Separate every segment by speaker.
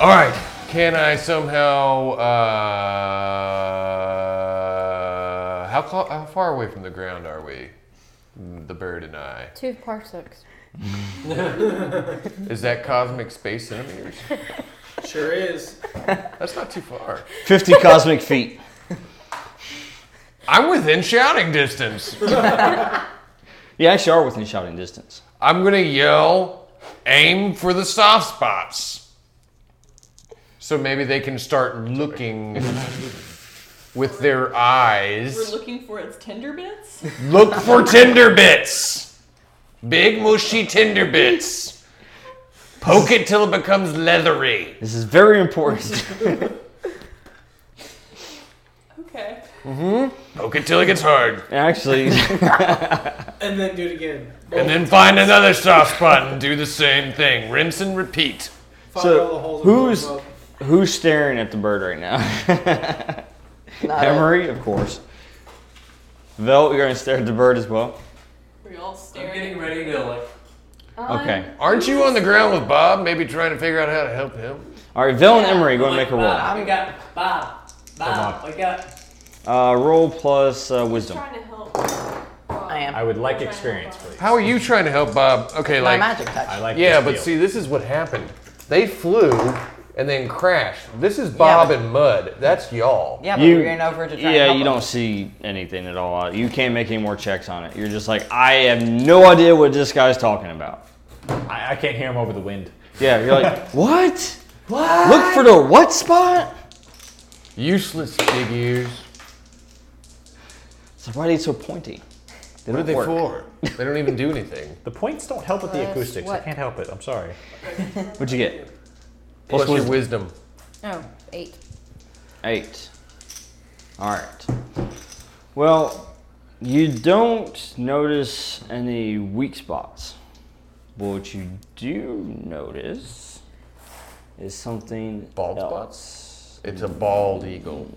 Speaker 1: All right. Can I somehow? Uh, how clo- how far away from the ground are we? The bird and I.
Speaker 2: Two parsecs.
Speaker 1: Is that cosmic space centimeters?
Speaker 3: Sure is.
Speaker 1: That's not too far.
Speaker 4: 50 cosmic feet.
Speaker 1: I'm within shouting distance.
Speaker 4: You actually are within shouting distance.
Speaker 1: I'm gonna yell, aim for the soft spots. So maybe they can start looking with their
Speaker 5: We're
Speaker 1: eyes.
Speaker 5: looking for its tender bits.
Speaker 1: Look for tinder bits. Big mushy tinder bits. Poke it till it becomes leathery.
Speaker 4: This is very important.
Speaker 5: Okay.
Speaker 1: Poke it till it gets hard.
Speaker 4: actually,
Speaker 3: And then do it again.
Speaker 1: And then find another soft spot and do the same thing. Rinse and repeat.
Speaker 3: Find all the
Speaker 4: so
Speaker 3: holes and blow
Speaker 4: who's
Speaker 3: them up.
Speaker 4: who's staring at the bird right now?
Speaker 6: Not a-
Speaker 4: Emery, of course. Vel, you're gonna stare at the bird as well.
Speaker 5: We're all
Speaker 7: I'm
Speaker 5: staring.
Speaker 7: getting ready to like.
Speaker 6: Um,
Speaker 4: Okay.
Speaker 1: Aren't you on the ground with Bob? Maybe trying to figure out how to help him?
Speaker 4: All right, Vel and Emery, go and make a
Speaker 7: Bob,
Speaker 4: roll.
Speaker 7: I haven't got Bob. Bob, wake up.
Speaker 4: Uh, roll plus uh, wisdom.
Speaker 5: trying to help.
Speaker 6: I am.
Speaker 8: I would like experience, please.
Speaker 1: How are you trying to help Bob? Okay,
Speaker 6: My
Speaker 1: like.
Speaker 6: magic touch.
Speaker 8: I like
Speaker 1: Yeah,
Speaker 8: this
Speaker 1: but
Speaker 8: deal.
Speaker 1: see, this is what happened. They flew and then crashed. This is Bob
Speaker 6: but-
Speaker 1: and Mud. That's y'all.
Speaker 6: yeah, but
Speaker 4: you-
Speaker 6: you, we're going over to try and
Speaker 4: Yeah,
Speaker 6: help
Speaker 4: you
Speaker 6: him.
Speaker 4: don't see anything at all. You can't make any more checks on it. You're just like, I have no idea what this guy's talking about.
Speaker 8: I, I can't hear him over the wind.
Speaker 4: Yeah, you're like, what? What? Look for the what spot?
Speaker 1: Useless big ears.
Speaker 4: So why are they so pointy? They
Speaker 1: What are
Speaker 4: don't
Speaker 1: they
Speaker 4: work.
Speaker 1: for? They don't even do anything.
Speaker 8: The points don't help with the
Speaker 2: Plus
Speaker 8: acoustics. I
Speaker 2: what?
Speaker 8: can't help it. I'm sorry.
Speaker 4: What'd you get?
Speaker 1: Plus, your
Speaker 4: wisdom.
Speaker 1: wisdom.
Speaker 2: Oh, eight.
Speaker 4: Eight. All right. Well, you don't notice any weak spots. But what you do notice is something
Speaker 1: Bald
Speaker 4: else.
Speaker 1: It's a bald eagle.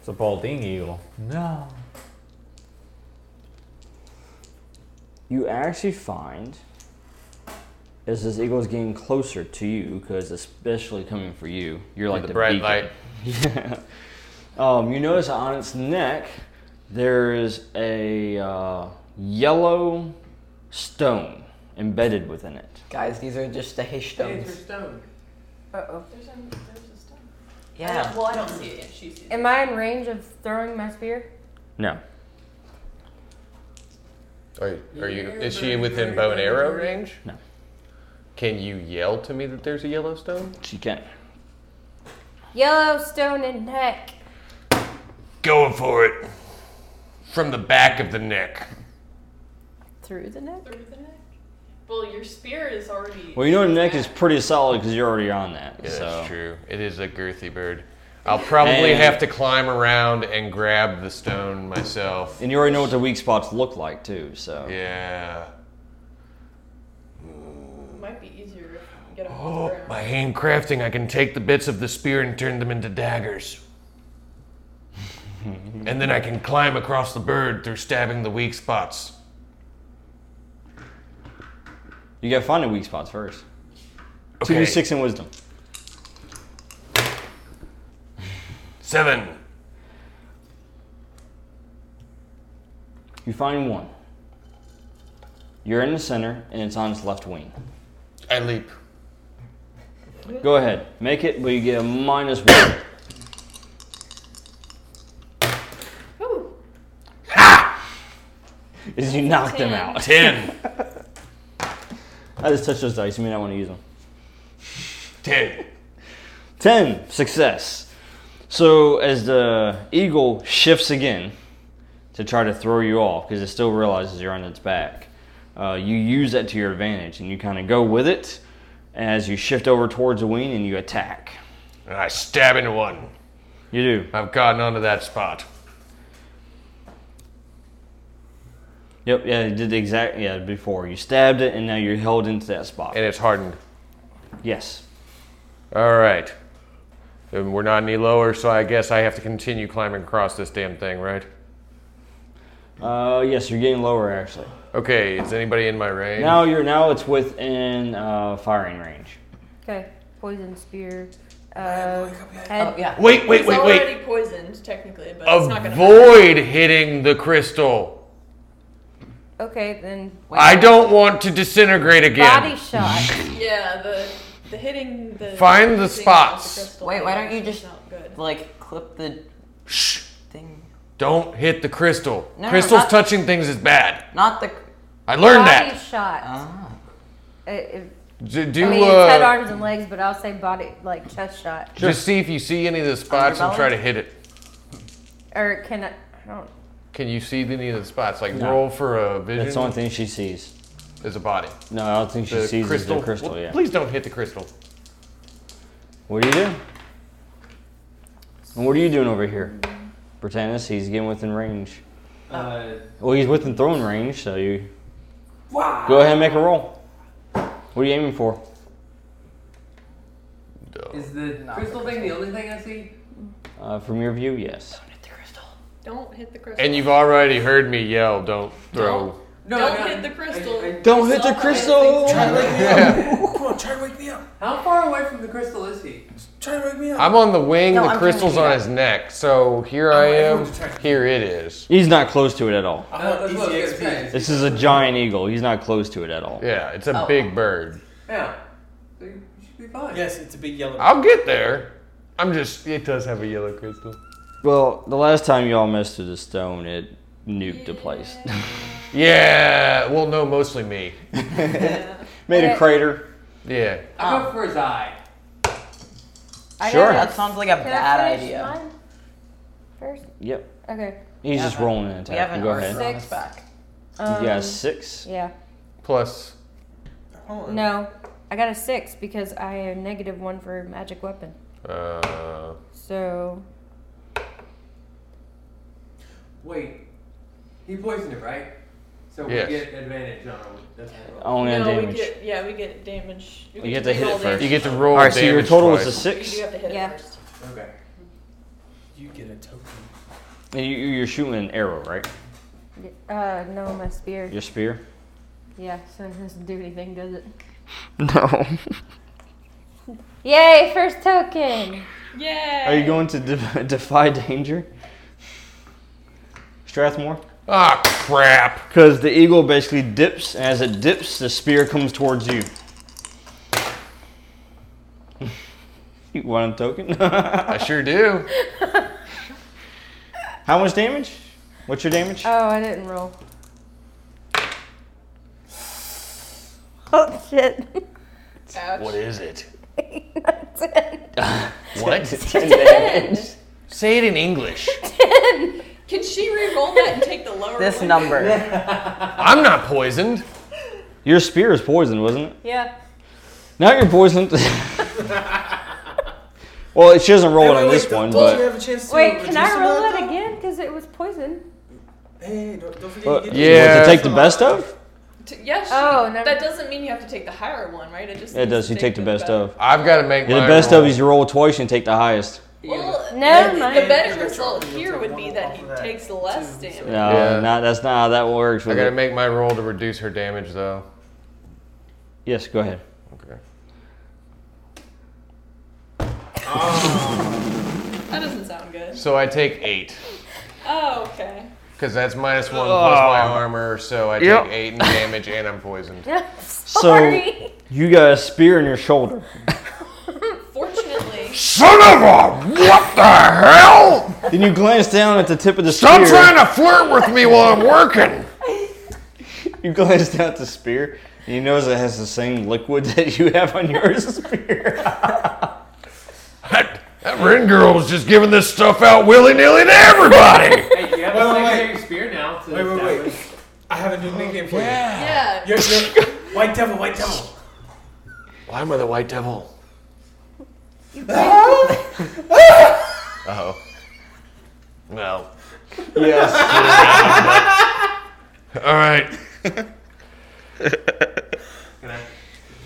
Speaker 8: It's a balding eagle. No.
Speaker 4: You actually find as this eagle is getting closer to you, because especially coming for you, you're like
Speaker 1: the
Speaker 4: the,
Speaker 1: bright
Speaker 4: beacon.
Speaker 1: light.
Speaker 4: Yeah. Um, you notice on its neck there is a uh, yellow stone embedded within it.
Speaker 6: Guys, these are just the hish stones.
Speaker 7: stone.
Speaker 2: Uh oh.
Speaker 5: There's a, there's a stone. I
Speaker 6: Yeah.
Speaker 5: don't- well, I don't see it yet. She sees it.
Speaker 2: Am I in range of throwing my spear?
Speaker 4: No.
Speaker 1: Are, are you? Is she within bow and arrow range?
Speaker 4: No.
Speaker 1: Can you yell to me that there's a Yellowstone?
Speaker 4: She can't.
Speaker 2: Yellowstone and neck.
Speaker 1: Going for it. From the back of the neck.
Speaker 2: Through the neck?
Speaker 5: Through the neck? Well, your spear is already.
Speaker 4: Well, you know the neck is pretty solid because you're already on that.
Speaker 1: Yeah,
Speaker 4: so.
Speaker 1: that's true. It is a girthy bird. I'll probably
Speaker 4: And-
Speaker 1: have to climb around and grab the stone myself.
Speaker 4: And you already know what the weak spots look like too. So.
Speaker 1: Yeah.
Speaker 5: Might be easier if you get off the
Speaker 1: Oh,
Speaker 5: ground.
Speaker 1: by handcrafting, I can take the bits of the spear and turn them into daggers. and then I can climb across the bird through stabbing the weak spots.
Speaker 4: You gotta find the weak spots first.
Speaker 1: Okay.
Speaker 4: Two, six, and wisdom.
Speaker 1: Seven.
Speaker 4: You find one. You're in the center, and it's on its left wing.
Speaker 1: I leap.
Speaker 4: Go ahead, make it, but you get a minus one.
Speaker 5: Ooh.
Speaker 4: Is you knock them
Speaker 5: Ten.
Speaker 4: out.
Speaker 1: Ten.
Speaker 4: I just touched those dice. You may not want to use them.
Speaker 1: Ten.
Speaker 4: Ten success. So as the eagle shifts again to try to throw you off, because it still realizes you're on its back, uh, you use that to your advantage, and you kind of go with it as you shift over towards the wing and you attack.
Speaker 1: And I stab into one.
Speaker 4: You do.
Speaker 1: I've gotten onto that spot.
Speaker 4: Yep, yeah, you did the exact yeah, before. You stabbed it and now you're held into that spot.
Speaker 1: And it's hardened.
Speaker 4: Yes.
Speaker 1: All right. And we're not any lower, so I guess I have to continue climbing across this damn thing, right?
Speaker 4: Uh yes, you're getting lower actually.
Speaker 1: Okay, is anybody in my range?
Speaker 4: Now you're now it's within uh, firing range.
Speaker 2: Okay. poison spear. Uh,
Speaker 3: haven't woke up yet.
Speaker 2: head.
Speaker 6: Oh, yeah.
Speaker 1: Wait, wait,
Speaker 5: It's
Speaker 1: wait,
Speaker 5: already
Speaker 1: wait.
Speaker 5: poisoned, technically, but it's not gonna
Speaker 1: Avoid hitting the crystal.
Speaker 2: Okay, then
Speaker 1: I don't want to disintegrate again.
Speaker 2: body shot.
Speaker 5: matter. Yeah, the the hitting the
Speaker 1: Find the
Speaker 5: thing with
Speaker 1: spots.
Speaker 5: crystal
Speaker 6: Wait, why don't you
Speaker 5: is
Speaker 6: just-
Speaker 5: not good.
Speaker 6: Like, clip the
Speaker 1: Shh.
Speaker 6: thing.
Speaker 1: Don't hit the crystal.
Speaker 6: No, no,
Speaker 1: Crystals
Speaker 6: not-
Speaker 1: touching things is bad.
Speaker 6: Not the.
Speaker 1: I learned
Speaker 2: body
Speaker 1: that.
Speaker 2: shot.
Speaker 6: Ah.
Speaker 2: Uh, if-
Speaker 1: D-
Speaker 2: I
Speaker 1: do
Speaker 2: mean,
Speaker 1: uh,
Speaker 2: it's head, arms, and legs, but I'll say body, like chest shot.
Speaker 1: just see if you see any of the spots and try to hit it.
Speaker 2: Or can I? I don't.
Speaker 1: Can you see any of the spots? Like
Speaker 4: No.
Speaker 1: roll for a vision
Speaker 4: That's the only thing she sees.
Speaker 1: is a body.
Speaker 4: No, I don't think she
Speaker 1: The
Speaker 4: sees is
Speaker 1: crystal.
Speaker 4: the crystal.
Speaker 1: Well,
Speaker 4: Yeah.
Speaker 1: Please don't hit the crystal.
Speaker 4: What do you do? And what are you doing over here, Britannis? He's getting within range.
Speaker 6: Oh.
Speaker 7: Uh,
Speaker 4: Well, he's within throwing range, so you. Go ahead and make a roll. What are you aiming for?
Speaker 7: is the crystal thing the only thing I see?
Speaker 4: Uh, from your view, yes.
Speaker 5: Don't hit the crystal.
Speaker 1: And you've already heard me yell, "Don't throw."
Speaker 5: Don't hit the crystal.
Speaker 4: Don't hit
Speaker 7: saw
Speaker 4: the
Speaker 7: that
Speaker 4: crystal!
Speaker 7: thing.
Speaker 3: Try to wake me up. Come on, try to wake me up.
Speaker 7: How far away from the crystal is he?
Speaker 3: Try to wake me up.
Speaker 1: I'm on the wing.
Speaker 6: No,
Speaker 1: the
Speaker 6: I'm trying to
Speaker 1: crystal's
Speaker 6: do
Speaker 1: on
Speaker 6: that.
Speaker 1: his neck. So here I
Speaker 3: everyone
Speaker 1: am.
Speaker 3: to try to-
Speaker 1: Here it is.
Speaker 4: He's not close to it at all.
Speaker 3: I
Speaker 7: No,
Speaker 3: want
Speaker 7: that's what I
Speaker 3: easy
Speaker 7: was gonna
Speaker 3: XP.
Speaker 7: say.
Speaker 4: This is a giant eagle. He's not close to it at all.
Speaker 1: Yeah, it's a
Speaker 6: Oh.
Speaker 1: big bird.
Speaker 7: Yeah. So you should be fine.
Speaker 3: Yes, it's a big yellow.
Speaker 1: I'll get there. I'm just. It does have a yellow crystal.
Speaker 4: Well, the last time y'all messed with the stone, it nuked the place.
Speaker 1: Yeah. Well, no, mostly me.
Speaker 4: Made a
Speaker 2: Okay.
Speaker 4: crater.
Speaker 1: Yeah.
Speaker 6: Oh.
Speaker 7: I go for his eye.
Speaker 2: I
Speaker 4: Sure.
Speaker 2: gotta-
Speaker 6: That sounds like a
Speaker 2: can I
Speaker 6: bad
Speaker 2: finish
Speaker 6: idea.
Speaker 2: mine First.
Speaker 4: Yep.
Speaker 2: Okay.
Speaker 4: He's just rolling an
Speaker 6: We
Speaker 4: attack.
Speaker 6: haven't
Speaker 4: Go
Speaker 6: already
Speaker 4: ahead.
Speaker 6: run this
Speaker 2: Six.
Speaker 6: back.
Speaker 2: Um,
Speaker 4: You got a six.
Speaker 2: Yeah.
Speaker 1: Plus,
Speaker 3: Hold on.
Speaker 2: No, I got a six because I am negative one for magic weapon.
Speaker 1: uh,
Speaker 2: So
Speaker 7: Wait. He poisoned it, right? So we
Speaker 1: Yes.
Speaker 7: get advantage on him. That's what I roll.
Speaker 4: Only on
Speaker 5: no,
Speaker 4: damage.
Speaker 5: we get yeah, we get damage.
Speaker 4: You get to
Speaker 5: take
Speaker 4: hit it
Speaker 5: all
Speaker 4: first.
Speaker 1: you get
Speaker 5: damage.
Speaker 1: to roll.
Speaker 4: all right, so your
Speaker 1: damage
Speaker 4: total
Speaker 1: twice.
Speaker 4: was a
Speaker 5: You
Speaker 4: six,
Speaker 5: do have to hit
Speaker 2: Yeah.
Speaker 5: it first.
Speaker 7: Okay.
Speaker 3: You get a token.
Speaker 4: and you, you're shooting an arrow, right?
Speaker 2: y- uh no my spear.
Speaker 4: Your spear.
Speaker 2: Yeah, so it doesn't do anything, does it?
Speaker 4: No.
Speaker 2: Yay, first token!
Speaker 5: Yay!
Speaker 4: Are you going to de- defy danger, Strathmore?
Speaker 1: Ah, crap.
Speaker 4: Because the eagle basically dips, and as it dips, the spear comes towards you. you want a token?
Speaker 1: I sure do.
Speaker 4: How much damage? What's your damage?
Speaker 2: Oh, I didn't roll. Oh shit.
Speaker 5: Ouch.
Speaker 1: is it?
Speaker 2: That's it.
Speaker 1: What?
Speaker 4: Ten damage.
Speaker 1: Say it in English.
Speaker 5: Can she re-roll that and take the lower
Speaker 6: This
Speaker 5: one?
Speaker 6: number.
Speaker 1: I'm not poisoned.
Speaker 4: Your spear is poisoned, wasn't it?
Speaker 2: Yeah.
Speaker 4: Now you're poisoned. well, she doesn't roll it on this one,
Speaker 3: you
Speaker 4: but
Speaker 3: have a chance to
Speaker 2: Wait, can I
Speaker 3: reduce the
Speaker 2: roll
Speaker 3: amount
Speaker 2: that
Speaker 3: of-
Speaker 2: again? Because it was poison.
Speaker 3: Hey, don't, don't forget
Speaker 4: but
Speaker 3: to get
Speaker 1: Yeah.
Speaker 4: was it take the best of?
Speaker 5: T- yeah, she,
Speaker 2: Oh, never-
Speaker 5: that doesn't mean you have to take the higher one, right? It just
Speaker 4: It
Speaker 5: means
Speaker 4: does. You take the best of.
Speaker 1: I've got to make
Speaker 4: Yeah, the
Speaker 1: my
Speaker 4: best
Speaker 1: roll.
Speaker 4: of is you roll twice and take the highest.
Speaker 5: Well,
Speaker 2: Never
Speaker 5: the-
Speaker 2: mind.
Speaker 5: the better
Speaker 3: Yeah.
Speaker 5: result here would be that he
Speaker 3: Off of that.
Speaker 5: takes less damage.
Speaker 4: No,
Speaker 1: Yeah.
Speaker 4: not, that's not how that works.
Speaker 1: I
Speaker 4: with
Speaker 1: gotta
Speaker 4: it.
Speaker 1: make my roll to reduce her damage, though.
Speaker 4: yes, go ahead.
Speaker 1: Okay.
Speaker 5: That doesn't sound good.
Speaker 1: So I take eight,
Speaker 5: Oh, okay.
Speaker 1: because that's minus one plus my armor. So I take
Speaker 4: Yep.
Speaker 1: eight in damage, and I'm poisoned.
Speaker 2: Sorry.
Speaker 4: You got a spear in your shoulder.
Speaker 5: Fortunately,
Speaker 1: Son of a! What the hell?
Speaker 4: then you glance down at the tip of the
Speaker 1: Stop
Speaker 4: spear.
Speaker 1: trying to flirt with me while I'm working.
Speaker 4: You glance down at the spear. And you notice it has the same liquid that you have on yours spear.
Speaker 1: That, that Ren girl's just giving this stuff out willy nilly to everybody.
Speaker 7: Hey, you have
Speaker 3: Wait,
Speaker 7: a
Speaker 3: wait,
Speaker 7: secondary spear now. So
Speaker 3: Wait, wait,
Speaker 7: that
Speaker 3: wait.
Speaker 7: was-
Speaker 3: I have a new nickname for
Speaker 5: yeah.
Speaker 3: you. You're, you're White Devil, White Devil.
Speaker 1: Why am I the white devil? oh. Well.
Speaker 4: yes.
Speaker 1: All right.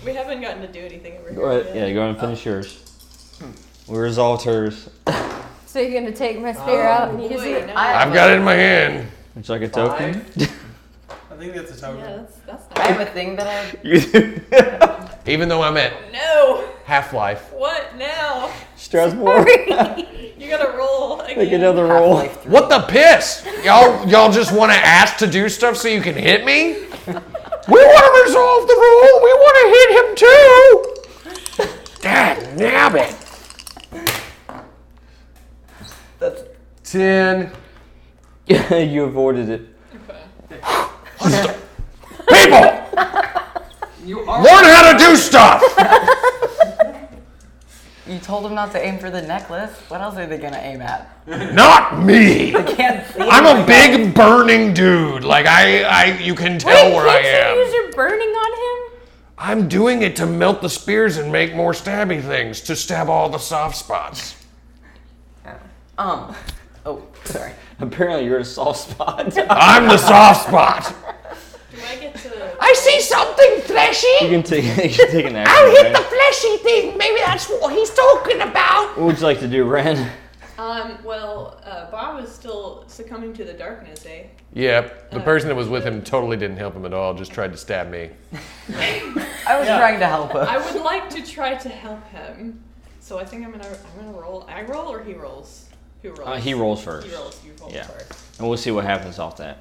Speaker 5: We haven't gotten to do anything over here.
Speaker 4: Go ahead.
Speaker 5: yet.
Speaker 4: Yeah, go ahead and finish yours. We resolved hers.
Speaker 2: So you're gonna take my spear
Speaker 6: Oh,
Speaker 2: out and use
Speaker 5: Wait,
Speaker 2: it?
Speaker 5: no.
Speaker 6: I-
Speaker 1: I've got it in my hand.
Speaker 4: Would you like a
Speaker 7: Five.
Speaker 4: token?
Speaker 3: I think that's a
Speaker 5: yeah,
Speaker 3: token.
Speaker 5: that's, that's
Speaker 6: I
Speaker 5: not.
Speaker 6: have a thing that I.
Speaker 4: You-
Speaker 1: Even though I'm at
Speaker 5: No!
Speaker 1: Half Life.
Speaker 5: What now?
Speaker 4: Strasbourg.
Speaker 5: You gotta roll again.
Speaker 4: Make another roll.
Speaker 6: Half-Life 3.
Speaker 1: What the piss? Y'all, y'all just want to ask to do stuff so you can hit me? We want to resolve the rule. We want to hit him too. God damn it!
Speaker 6: That's
Speaker 1: Ten.
Speaker 4: you avoided it.
Speaker 1: People,
Speaker 7: You are.
Speaker 1: learn how to do stuff.
Speaker 6: You told them not to aim for the necklace. What else are they gonna aim at?
Speaker 1: Not me.
Speaker 6: Can't see.
Speaker 2: Oh
Speaker 1: I'm a big burning dude. Like I, I, you can tell
Speaker 2: Wait,
Speaker 1: where I
Speaker 2: can't
Speaker 1: am.
Speaker 2: you use your burning on him?
Speaker 1: I'm doing it to melt the spears and make more stabby things to stab all the soft spots.
Speaker 6: Um. Oh, sorry.
Speaker 4: Apparently, you're at a soft spot. you
Speaker 1: I'm the soft spot.
Speaker 5: Do I get to?
Speaker 1: I see something fleshy.
Speaker 4: can take. You can take an action. Ren.
Speaker 1: fleshy thing. Maybe that's what he's talking about.
Speaker 4: What would you like to do, Ren?
Speaker 5: Um. Well, uh, Bob is still succumbing to the darkness, eh?
Speaker 1: Yep.
Speaker 2: Uh.
Speaker 1: The person that was with him totally didn't help him at all. Just tried to stab me.
Speaker 6: I was trying to help him.
Speaker 5: I would like to try to help him. So I think I'm gonna. I'm gonna roll. I roll or he rolls. Who rolls?
Speaker 4: Uh, he rolls first.
Speaker 5: He rolls. You roll
Speaker 4: Yeah.
Speaker 5: first.
Speaker 4: And we'll see what happens off that.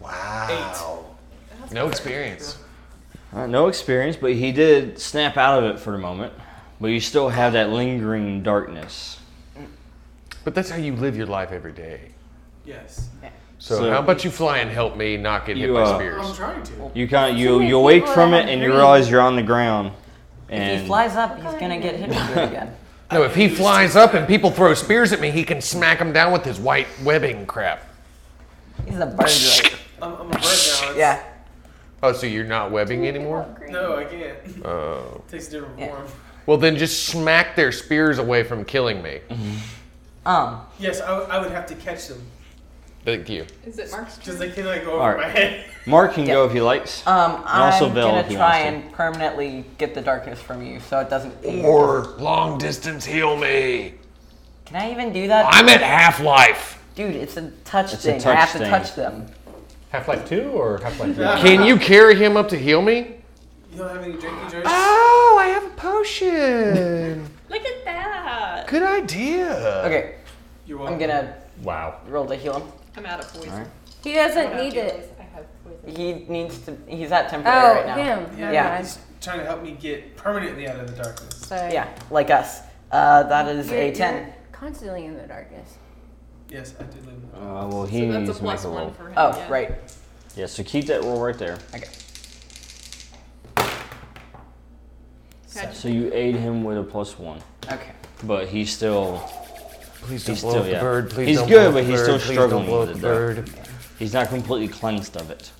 Speaker 1: Wow.
Speaker 5: That's
Speaker 1: No experience.
Speaker 4: Uh, no experience, but he did snap out of it for the moment. But you still have that lingering darkness.
Speaker 1: But that's how you live your life every day.
Speaker 3: Yes.
Speaker 1: So,
Speaker 4: So-
Speaker 1: how about you fly and help me not get hit
Speaker 4: You,
Speaker 1: by
Speaker 4: uh,
Speaker 1: spears?
Speaker 3: I'm trying to.
Speaker 4: You kind of you
Speaker 2: many
Speaker 4: you awake
Speaker 2: people
Speaker 4: from
Speaker 2: that
Speaker 4: it
Speaker 2: have
Speaker 4: and you
Speaker 2: dreams.
Speaker 4: realize you're on the ground. And
Speaker 6: If he flies up, he's gonna get hit with it again.
Speaker 1: No, if he flies up and people throw spears at me, he can smack them down with his white webbing crap.
Speaker 6: He's a bird. Right?
Speaker 3: I'm, I'm a bird now. It's-
Speaker 6: Yeah.
Speaker 1: Oh, so you're not webbing anymore?
Speaker 3: No, I can't. Oh. takes a different
Speaker 6: Yeah.
Speaker 3: form.
Speaker 1: Well, then just smack their spears away from killing me.
Speaker 6: Um.
Speaker 3: Yes, I, w- I would have to catch them.
Speaker 1: Thank you.
Speaker 5: Is it Mark's turn?
Speaker 3: Because they can like go over
Speaker 4: Alright.
Speaker 3: my head.
Speaker 4: Mark can go if he likes.
Speaker 5: Uh,
Speaker 4: Uh,
Speaker 6: Um. I'm
Speaker 4: also Vel if
Speaker 6: gonna
Speaker 4: he
Speaker 6: try
Speaker 4: wants
Speaker 6: and permanently get the darkness from you, so it doesn't.
Speaker 1: Or long distance heal me.
Speaker 6: Can I even do that,
Speaker 1: I'm at half life.
Speaker 6: dude? It's a touch
Speaker 4: It's a
Speaker 6: thing. I
Speaker 4: touch
Speaker 6: have to
Speaker 4: thing.
Speaker 6: touch them.
Speaker 8: Half Life 2 or Half Life 3?
Speaker 1: Can you carry him up to heal me?
Speaker 3: You don't have any drinking drinks?
Speaker 1: Oh, I have a potion.
Speaker 5: Look at that.
Speaker 1: Good idea.
Speaker 6: Okay.
Speaker 3: You're
Speaker 6: I'm
Speaker 3: welcome.
Speaker 6: gonna
Speaker 8: wow.
Speaker 6: roll to heal him.
Speaker 5: I'm out of poison.
Speaker 2: He
Speaker 5: I
Speaker 2: doesn't
Speaker 5: don't
Speaker 2: need
Speaker 5: have
Speaker 2: it.
Speaker 5: poison. I have poison.
Speaker 6: He needs to. He's at temporary
Speaker 2: Oh,
Speaker 6: right now.
Speaker 2: him. Never
Speaker 6: Yeah.
Speaker 2: mind.
Speaker 3: He's trying to help me get permanently out of the darkness.
Speaker 2: So
Speaker 6: Yeah, like us. Uh, that is
Speaker 2: you're-
Speaker 6: a 10.
Speaker 2: you're Constantly in the darkness.
Speaker 3: Yes, I did live in the
Speaker 4: Uh, well, he
Speaker 5: So that's a
Speaker 4: needs to make
Speaker 5: plus
Speaker 4: a
Speaker 5: one
Speaker 4: roll.
Speaker 5: for him.
Speaker 6: Oh,
Speaker 5: yeah.
Speaker 6: right.
Speaker 4: Yeah, so keep that roll right there.
Speaker 6: Okay.
Speaker 5: Gotcha.
Speaker 4: So you aid him with a plus one,
Speaker 6: Okay.
Speaker 4: but he's still
Speaker 1: Please
Speaker 4: He's still- yeah. He's good, but he's still struggling with it, though. he's not completely cleansed of it.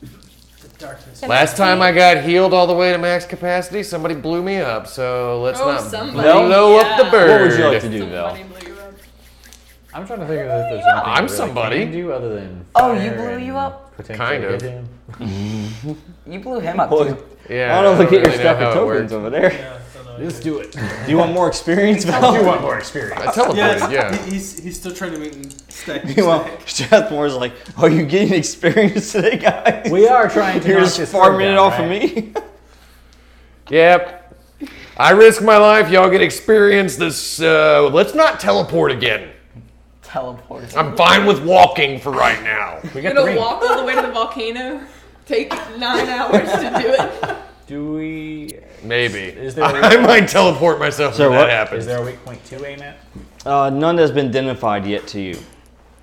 Speaker 3: darkness.
Speaker 1: Last time I got healed all the way to max capacity, somebody blew me up. So let's
Speaker 5: Oh,
Speaker 1: not
Speaker 5: somebody,
Speaker 1: blow up the
Speaker 5: yeah.
Speaker 1: bird.
Speaker 4: What would you like to do, Val?
Speaker 5: Somebody blew you up.
Speaker 8: I'm trying to think of if there's anything
Speaker 1: I'm
Speaker 8: I really
Speaker 1: somebody.
Speaker 8: can do other than.
Speaker 6: Oh, you
Speaker 8: fire
Speaker 6: blew
Speaker 8: and
Speaker 6: you up?
Speaker 8: potentially
Speaker 1: Kind of.
Speaker 8: hit him.
Speaker 6: You blew him up.
Speaker 4: Well,
Speaker 6: too.
Speaker 1: Yeah,
Speaker 4: I don't look at your
Speaker 1: really know
Speaker 4: stuff
Speaker 1: how
Speaker 4: and
Speaker 1: it
Speaker 4: tokens
Speaker 1: works.
Speaker 4: over there.
Speaker 3: Yeah, so no,
Speaker 8: Let's do it.
Speaker 4: Do you want more experience, Val?
Speaker 8: you want more experience?
Speaker 1: I teleported,
Speaker 3: Yes,
Speaker 1: yeah.
Speaker 3: he, he's, he's still trying to make me stack.
Speaker 4: Meanwhile, Strathmore's like, "Are you getting experience today, guys?
Speaker 8: We are trying to
Speaker 4: You're
Speaker 8: knock
Speaker 4: just
Speaker 8: this
Speaker 4: farming it
Speaker 8: down,
Speaker 4: off
Speaker 8: right?
Speaker 4: of me."
Speaker 1: Yep. I risk my life. Y'all get experience. This. Uh, let's not teleport again.
Speaker 6: Teleport.
Speaker 1: I'm fine with walking for right now.
Speaker 5: You're
Speaker 8: We got the
Speaker 5: gonna
Speaker 8: ring.
Speaker 5: walk all the way to the volcano. Take nine hours to do it.
Speaker 8: Do we?
Speaker 1: Maybe.
Speaker 8: Is there a
Speaker 1: I might teleport myself
Speaker 4: So
Speaker 1: if
Speaker 4: what-
Speaker 1: that happens.
Speaker 8: Is there a weak point to aim at?
Speaker 4: Uh, none that's been identified yet to you.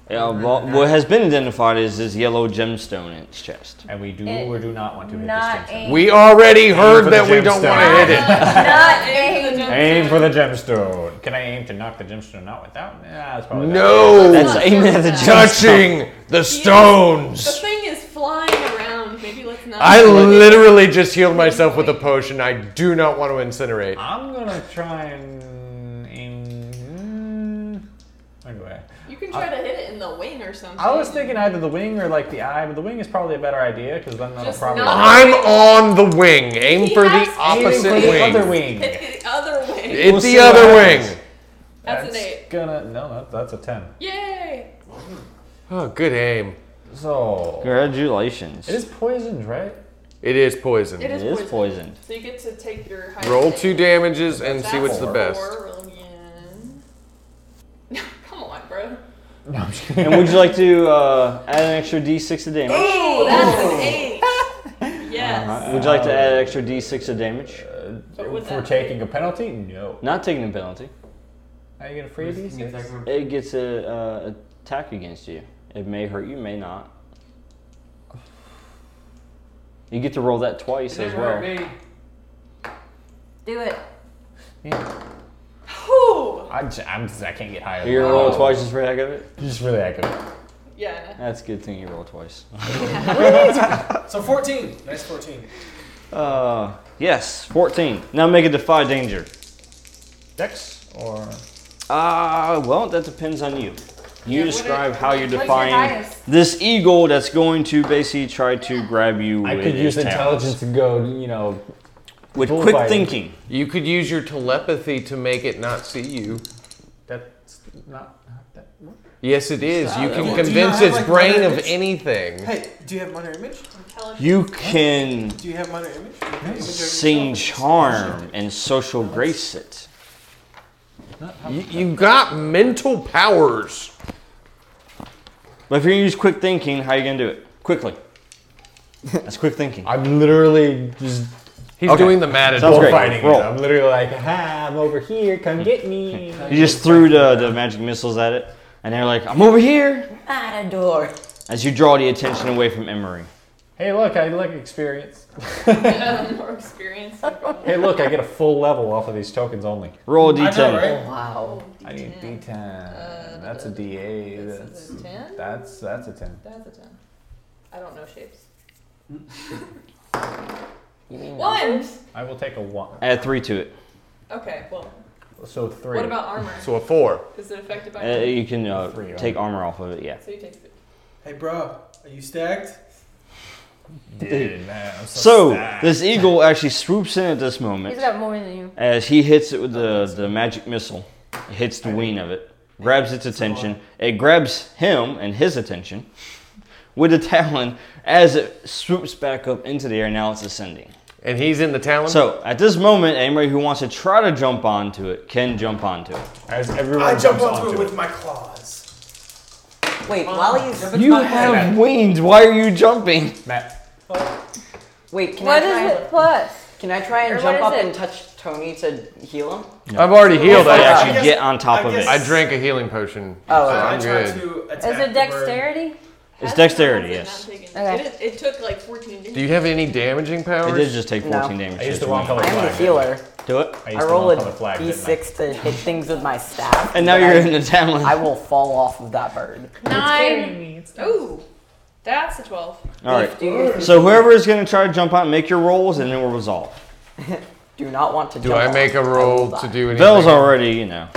Speaker 4: Uh, well, what has been identified is this yellow gemstone in its chest.
Speaker 8: And we do
Speaker 2: It-
Speaker 8: or do not want to hit
Speaker 2: Not
Speaker 8: this gemstone.
Speaker 2: aim.
Speaker 1: we already
Speaker 8: for
Speaker 1: heard
Speaker 8: the
Speaker 1: that we don't
Speaker 8: gemstone.
Speaker 1: want to hit it.
Speaker 2: Not
Speaker 5: Aim for the
Speaker 2: aim.
Speaker 5: gemstone.
Speaker 8: Aim for the gemstone. Can I aim to knock the gemstone out without? Nah, that's probably not-
Speaker 4: That's
Speaker 1: No
Speaker 4: aiming at the gemstone.
Speaker 1: touching the
Speaker 5: The
Speaker 1: stones.
Speaker 5: thing is flying around. Maybe let's not.
Speaker 1: I literally just healed myself with a potion. I do not want to incinerate.
Speaker 8: I'm gonna try and aim. mm, Where do I?
Speaker 5: You can try to hit it in the wing or something.
Speaker 8: I was thinking either the wing or like the eye, but the wing is probably a better idea because then that'll
Speaker 5: Just
Speaker 8: probably
Speaker 5: not-
Speaker 1: I'm on the wing. Aim
Speaker 5: He
Speaker 1: for
Speaker 5: has
Speaker 1: the
Speaker 5: to
Speaker 8: Aiming
Speaker 1: opposite
Speaker 8: for the other
Speaker 1: wing.
Speaker 8: wing.
Speaker 5: Hit the other wing.
Speaker 1: Hit
Speaker 8: We'll
Speaker 1: the
Speaker 8: see what
Speaker 1: other
Speaker 8: happens.
Speaker 1: wing.
Speaker 5: That's an eight.
Speaker 8: Gonna no, that, that's a ten.
Speaker 5: Yay!
Speaker 1: Oh, good aim.
Speaker 8: So
Speaker 4: Congratulations.
Speaker 8: it is poisoned, right?
Speaker 1: It is poison.
Speaker 5: It
Speaker 4: It
Speaker 5: is,
Speaker 4: is poisoned.
Speaker 5: poison. So you get to take your highest
Speaker 1: Roll
Speaker 5: hit.
Speaker 1: two damages and
Speaker 5: That's
Speaker 1: see what's the
Speaker 5: four.
Speaker 1: best.
Speaker 5: Roll again. Come on, bro.
Speaker 8: No, I'm just
Speaker 4: And would you like to uh, add an extra d6 of damage?
Speaker 5: Oh, that's an eight. yes.
Speaker 4: Uh-huh. Would you like to add an extra d6 of damage?
Speaker 5: What would
Speaker 8: kidding. For
Speaker 5: that
Speaker 8: taking a penalty? No.
Speaker 4: Not taking a penalty.
Speaker 8: Are you gonna free these?
Speaker 7: Give me a second.
Speaker 4: It gets a uh, attack against you. It may hurt you, may not. You get to roll that twice as
Speaker 7: Didn't
Speaker 4: well.
Speaker 7: hurt me.
Speaker 2: Do it.
Speaker 5: Whew.
Speaker 8: I just, I'm just, I can't get higher.
Speaker 4: You're
Speaker 8: than
Speaker 4: gonna roll
Speaker 8: that.
Speaker 4: twice just for the heck of it.
Speaker 8: Just really accurate.
Speaker 5: Yeah.
Speaker 4: That's a good thing you roll twice.
Speaker 3: So 14. Nice 14.
Speaker 4: Uh, yes, 14. Now make a defy danger.
Speaker 8: Dex or
Speaker 4: Uh, well, that depends on you. You
Speaker 5: Yeah, what
Speaker 4: describe
Speaker 5: is-
Speaker 4: how you're
Speaker 5: what's your
Speaker 4: defying
Speaker 2: highest?
Speaker 4: this eagle that's going to basically try to grab you
Speaker 8: I
Speaker 4: with
Speaker 8: could use
Speaker 4: its talons.
Speaker 8: intelligence to go. You know,
Speaker 4: with
Speaker 8: bull
Speaker 4: quick
Speaker 8: fighting.
Speaker 4: thinking.
Speaker 1: You could use your telepathy to make it not see you.
Speaker 8: that's not, not that.
Speaker 1: Yes, it is. You
Speaker 3: Do
Speaker 1: can
Speaker 3: you not
Speaker 1: convince
Speaker 3: have,
Speaker 1: its
Speaker 3: like,
Speaker 1: brain
Speaker 3: minor
Speaker 1: of
Speaker 3: image?
Speaker 1: anything.
Speaker 3: Hey, do you have minor image?
Speaker 5: Intelligence.
Speaker 4: You can
Speaker 3: Do you have minor image?
Speaker 4: sing charm and social grace it.
Speaker 1: You, you got mental powers.
Speaker 4: But if you're gonna use quick thinking, how are you gonna do it? Quickly. That's quick thinking.
Speaker 8: I'm literally just
Speaker 1: He's
Speaker 4: Okay.
Speaker 1: doing the matador.
Speaker 4: Sounds great.
Speaker 8: fighting
Speaker 4: Roll.
Speaker 8: it. I'm literally like, ha! I'm over here. Come get me.
Speaker 4: You just threw the, the magic missiles at it, and they're like, I'm over here!
Speaker 6: Out of door.
Speaker 4: As you draw the attention away from Emery.
Speaker 8: hey, look! I like experience.
Speaker 5: Um, more experience.
Speaker 8: Hey, look! I get a full level off of these tokens only.
Speaker 4: Roll a
Speaker 3: I
Speaker 4: d10.
Speaker 3: know, right?
Speaker 6: Wow.
Speaker 8: I need D10.
Speaker 6: Uh,
Speaker 8: that's a D8.
Speaker 5: This
Speaker 8: That's
Speaker 5: is a ten.
Speaker 8: that's that's a 10.
Speaker 5: That's a ten. I don't know shapes.
Speaker 6: You mean
Speaker 5: One.
Speaker 8: I will take a one.
Speaker 4: Add three to it.
Speaker 5: Okay. Well,
Speaker 8: So three.
Speaker 5: what about armor?
Speaker 1: So a four.
Speaker 5: Is it affected by?
Speaker 4: Uh, you can uh,
Speaker 8: Three,
Speaker 4: take armor off of it, yeah.
Speaker 5: So you take it.
Speaker 3: Hey, bro, are you stacked?
Speaker 8: Dude, man, I'm
Speaker 4: So,
Speaker 8: stacked.
Speaker 4: this eagle actually swoops in at this
Speaker 2: He's
Speaker 4: moment
Speaker 2: got more than you.
Speaker 4: as he hits it with the, the magic missile. It hits the wing of it, grabs its attention. It grabs him and his attention with a talon as it swoops back up into the air. Now it's ascending.
Speaker 1: And he's in the talon?
Speaker 4: So at this moment, anybody who wants to try to jump onto it can jump onto it.
Speaker 8: as everyone
Speaker 3: I jump
Speaker 8: jumps
Speaker 3: onto, it
Speaker 8: onto
Speaker 3: with my claws.
Speaker 6: Wait, while he's
Speaker 4: You have wings. Why are you jumping?
Speaker 8: Matt,
Speaker 6: wait, can
Speaker 2: What
Speaker 6: I try?
Speaker 2: is it plus?
Speaker 6: Can I try and
Speaker 2: Or
Speaker 6: jump
Speaker 2: what is
Speaker 6: up and
Speaker 2: it?
Speaker 6: touch Tony to heal him?
Speaker 1: I've already healed.
Speaker 4: I
Speaker 1: I,
Speaker 3: Yeah.
Speaker 4: actually
Speaker 3: guess-
Speaker 4: get on top
Speaker 3: I
Speaker 4: of it.
Speaker 1: I
Speaker 3: guess-
Speaker 1: drank a healing potion.
Speaker 6: Oh,
Speaker 1: so
Speaker 6: okay.
Speaker 1: I'm
Speaker 3: I try
Speaker 1: good.
Speaker 3: to attack
Speaker 2: Is it
Speaker 3: the bird.
Speaker 2: dexterity?
Speaker 4: It's
Speaker 5: Has it
Speaker 4: dexterity,
Speaker 5: not
Speaker 4: yes.
Speaker 5: taken-
Speaker 2: Okay.
Speaker 5: It, it took like 14
Speaker 1: Do
Speaker 5: days.
Speaker 1: you have any damaging powers?
Speaker 4: It did just take 14
Speaker 6: No.
Speaker 4: damage.
Speaker 8: I used
Speaker 4: so it's
Speaker 8: the wrong
Speaker 4: me.
Speaker 8: color
Speaker 6: I am
Speaker 8: flag.
Speaker 6: the healer.
Speaker 4: Do it.
Speaker 8: I
Speaker 6: I
Speaker 8: used the
Speaker 6: roll
Speaker 8: wrong
Speaker 6: a
Speaker 8: color flag. didn't I?
Speaker 6: d6 to hit things with my staff.
Speaker 4: And now
Speaker 6: but
Speaker 4: you're
Speaker 6: I,
Speaker 4: in the talon.
Speaker 6: I will fall off of that bird.
Speaker 5: Nine. Ooh, that's a 12.
Speaker 4: All right.
Speaker 6: Do,
Speaker 4: So whoever is going to try to jump on, make your rolls, and then we'll resolve.
Speaker 6: do not want to
Speaker 1: Do
Speaker 6: jump
Speaker 1: I make a
Speaker 6: off.
Speaker 1: roll
Speaker 6: I will
Speaker 1: to
Speaker 6: die.
Speaker 1: do anything?
Speaker 4: Bell's already, you know.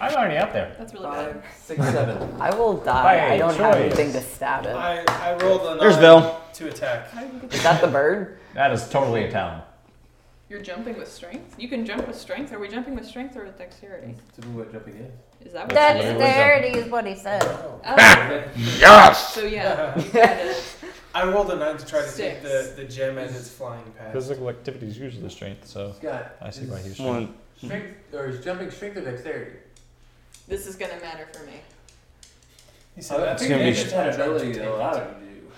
Speaker 8: I'm already out there.
Speaker 5: That's really bad.
Speaker 7: Five, six, seven.
Speaker 6: I will die.
Speaker 8: Hey,
Speaker 6: I don't have
Speaker 8: choice.
Speaker 6: anything to stab it.
Speaker 3: I, I rolled a nine
Speaker 4: There's Bell.
Speaker 3: to attack.
Speaker 6: Is that the bird?
Speaker 8: That is totally a town.
Speaker 5: You're jumping with strength? You can jump with strength. Are we jumping with strength or with dexterity?
Speaker 7: So we went jumping in.
Speaker 5: Is that what
Speaker 2: Dexterity is what he said.
Speaker 5: Oh,
Speaker 1: Yes!
Speaker 5: so yeah.
Speaker 3: I rolled a nine to try to take
Speaker 5: Six.
Speaker 3: the, the gem as it's flying past.
Speaker 8: Physical activity is usually the strength, so
Speaker 7: Scott.
Speaker 8: I see
Speaker 7: is
Speaker 8: why he's strong.
Speaker 4: One.
Speaker 7: Strength, or is jumping strength or dexterity?
Speaker 5: this is gonna matter for me.
Speaker 3: He said that's
Speaker 4: gonna be
Speaker 7: It's an ability that allows you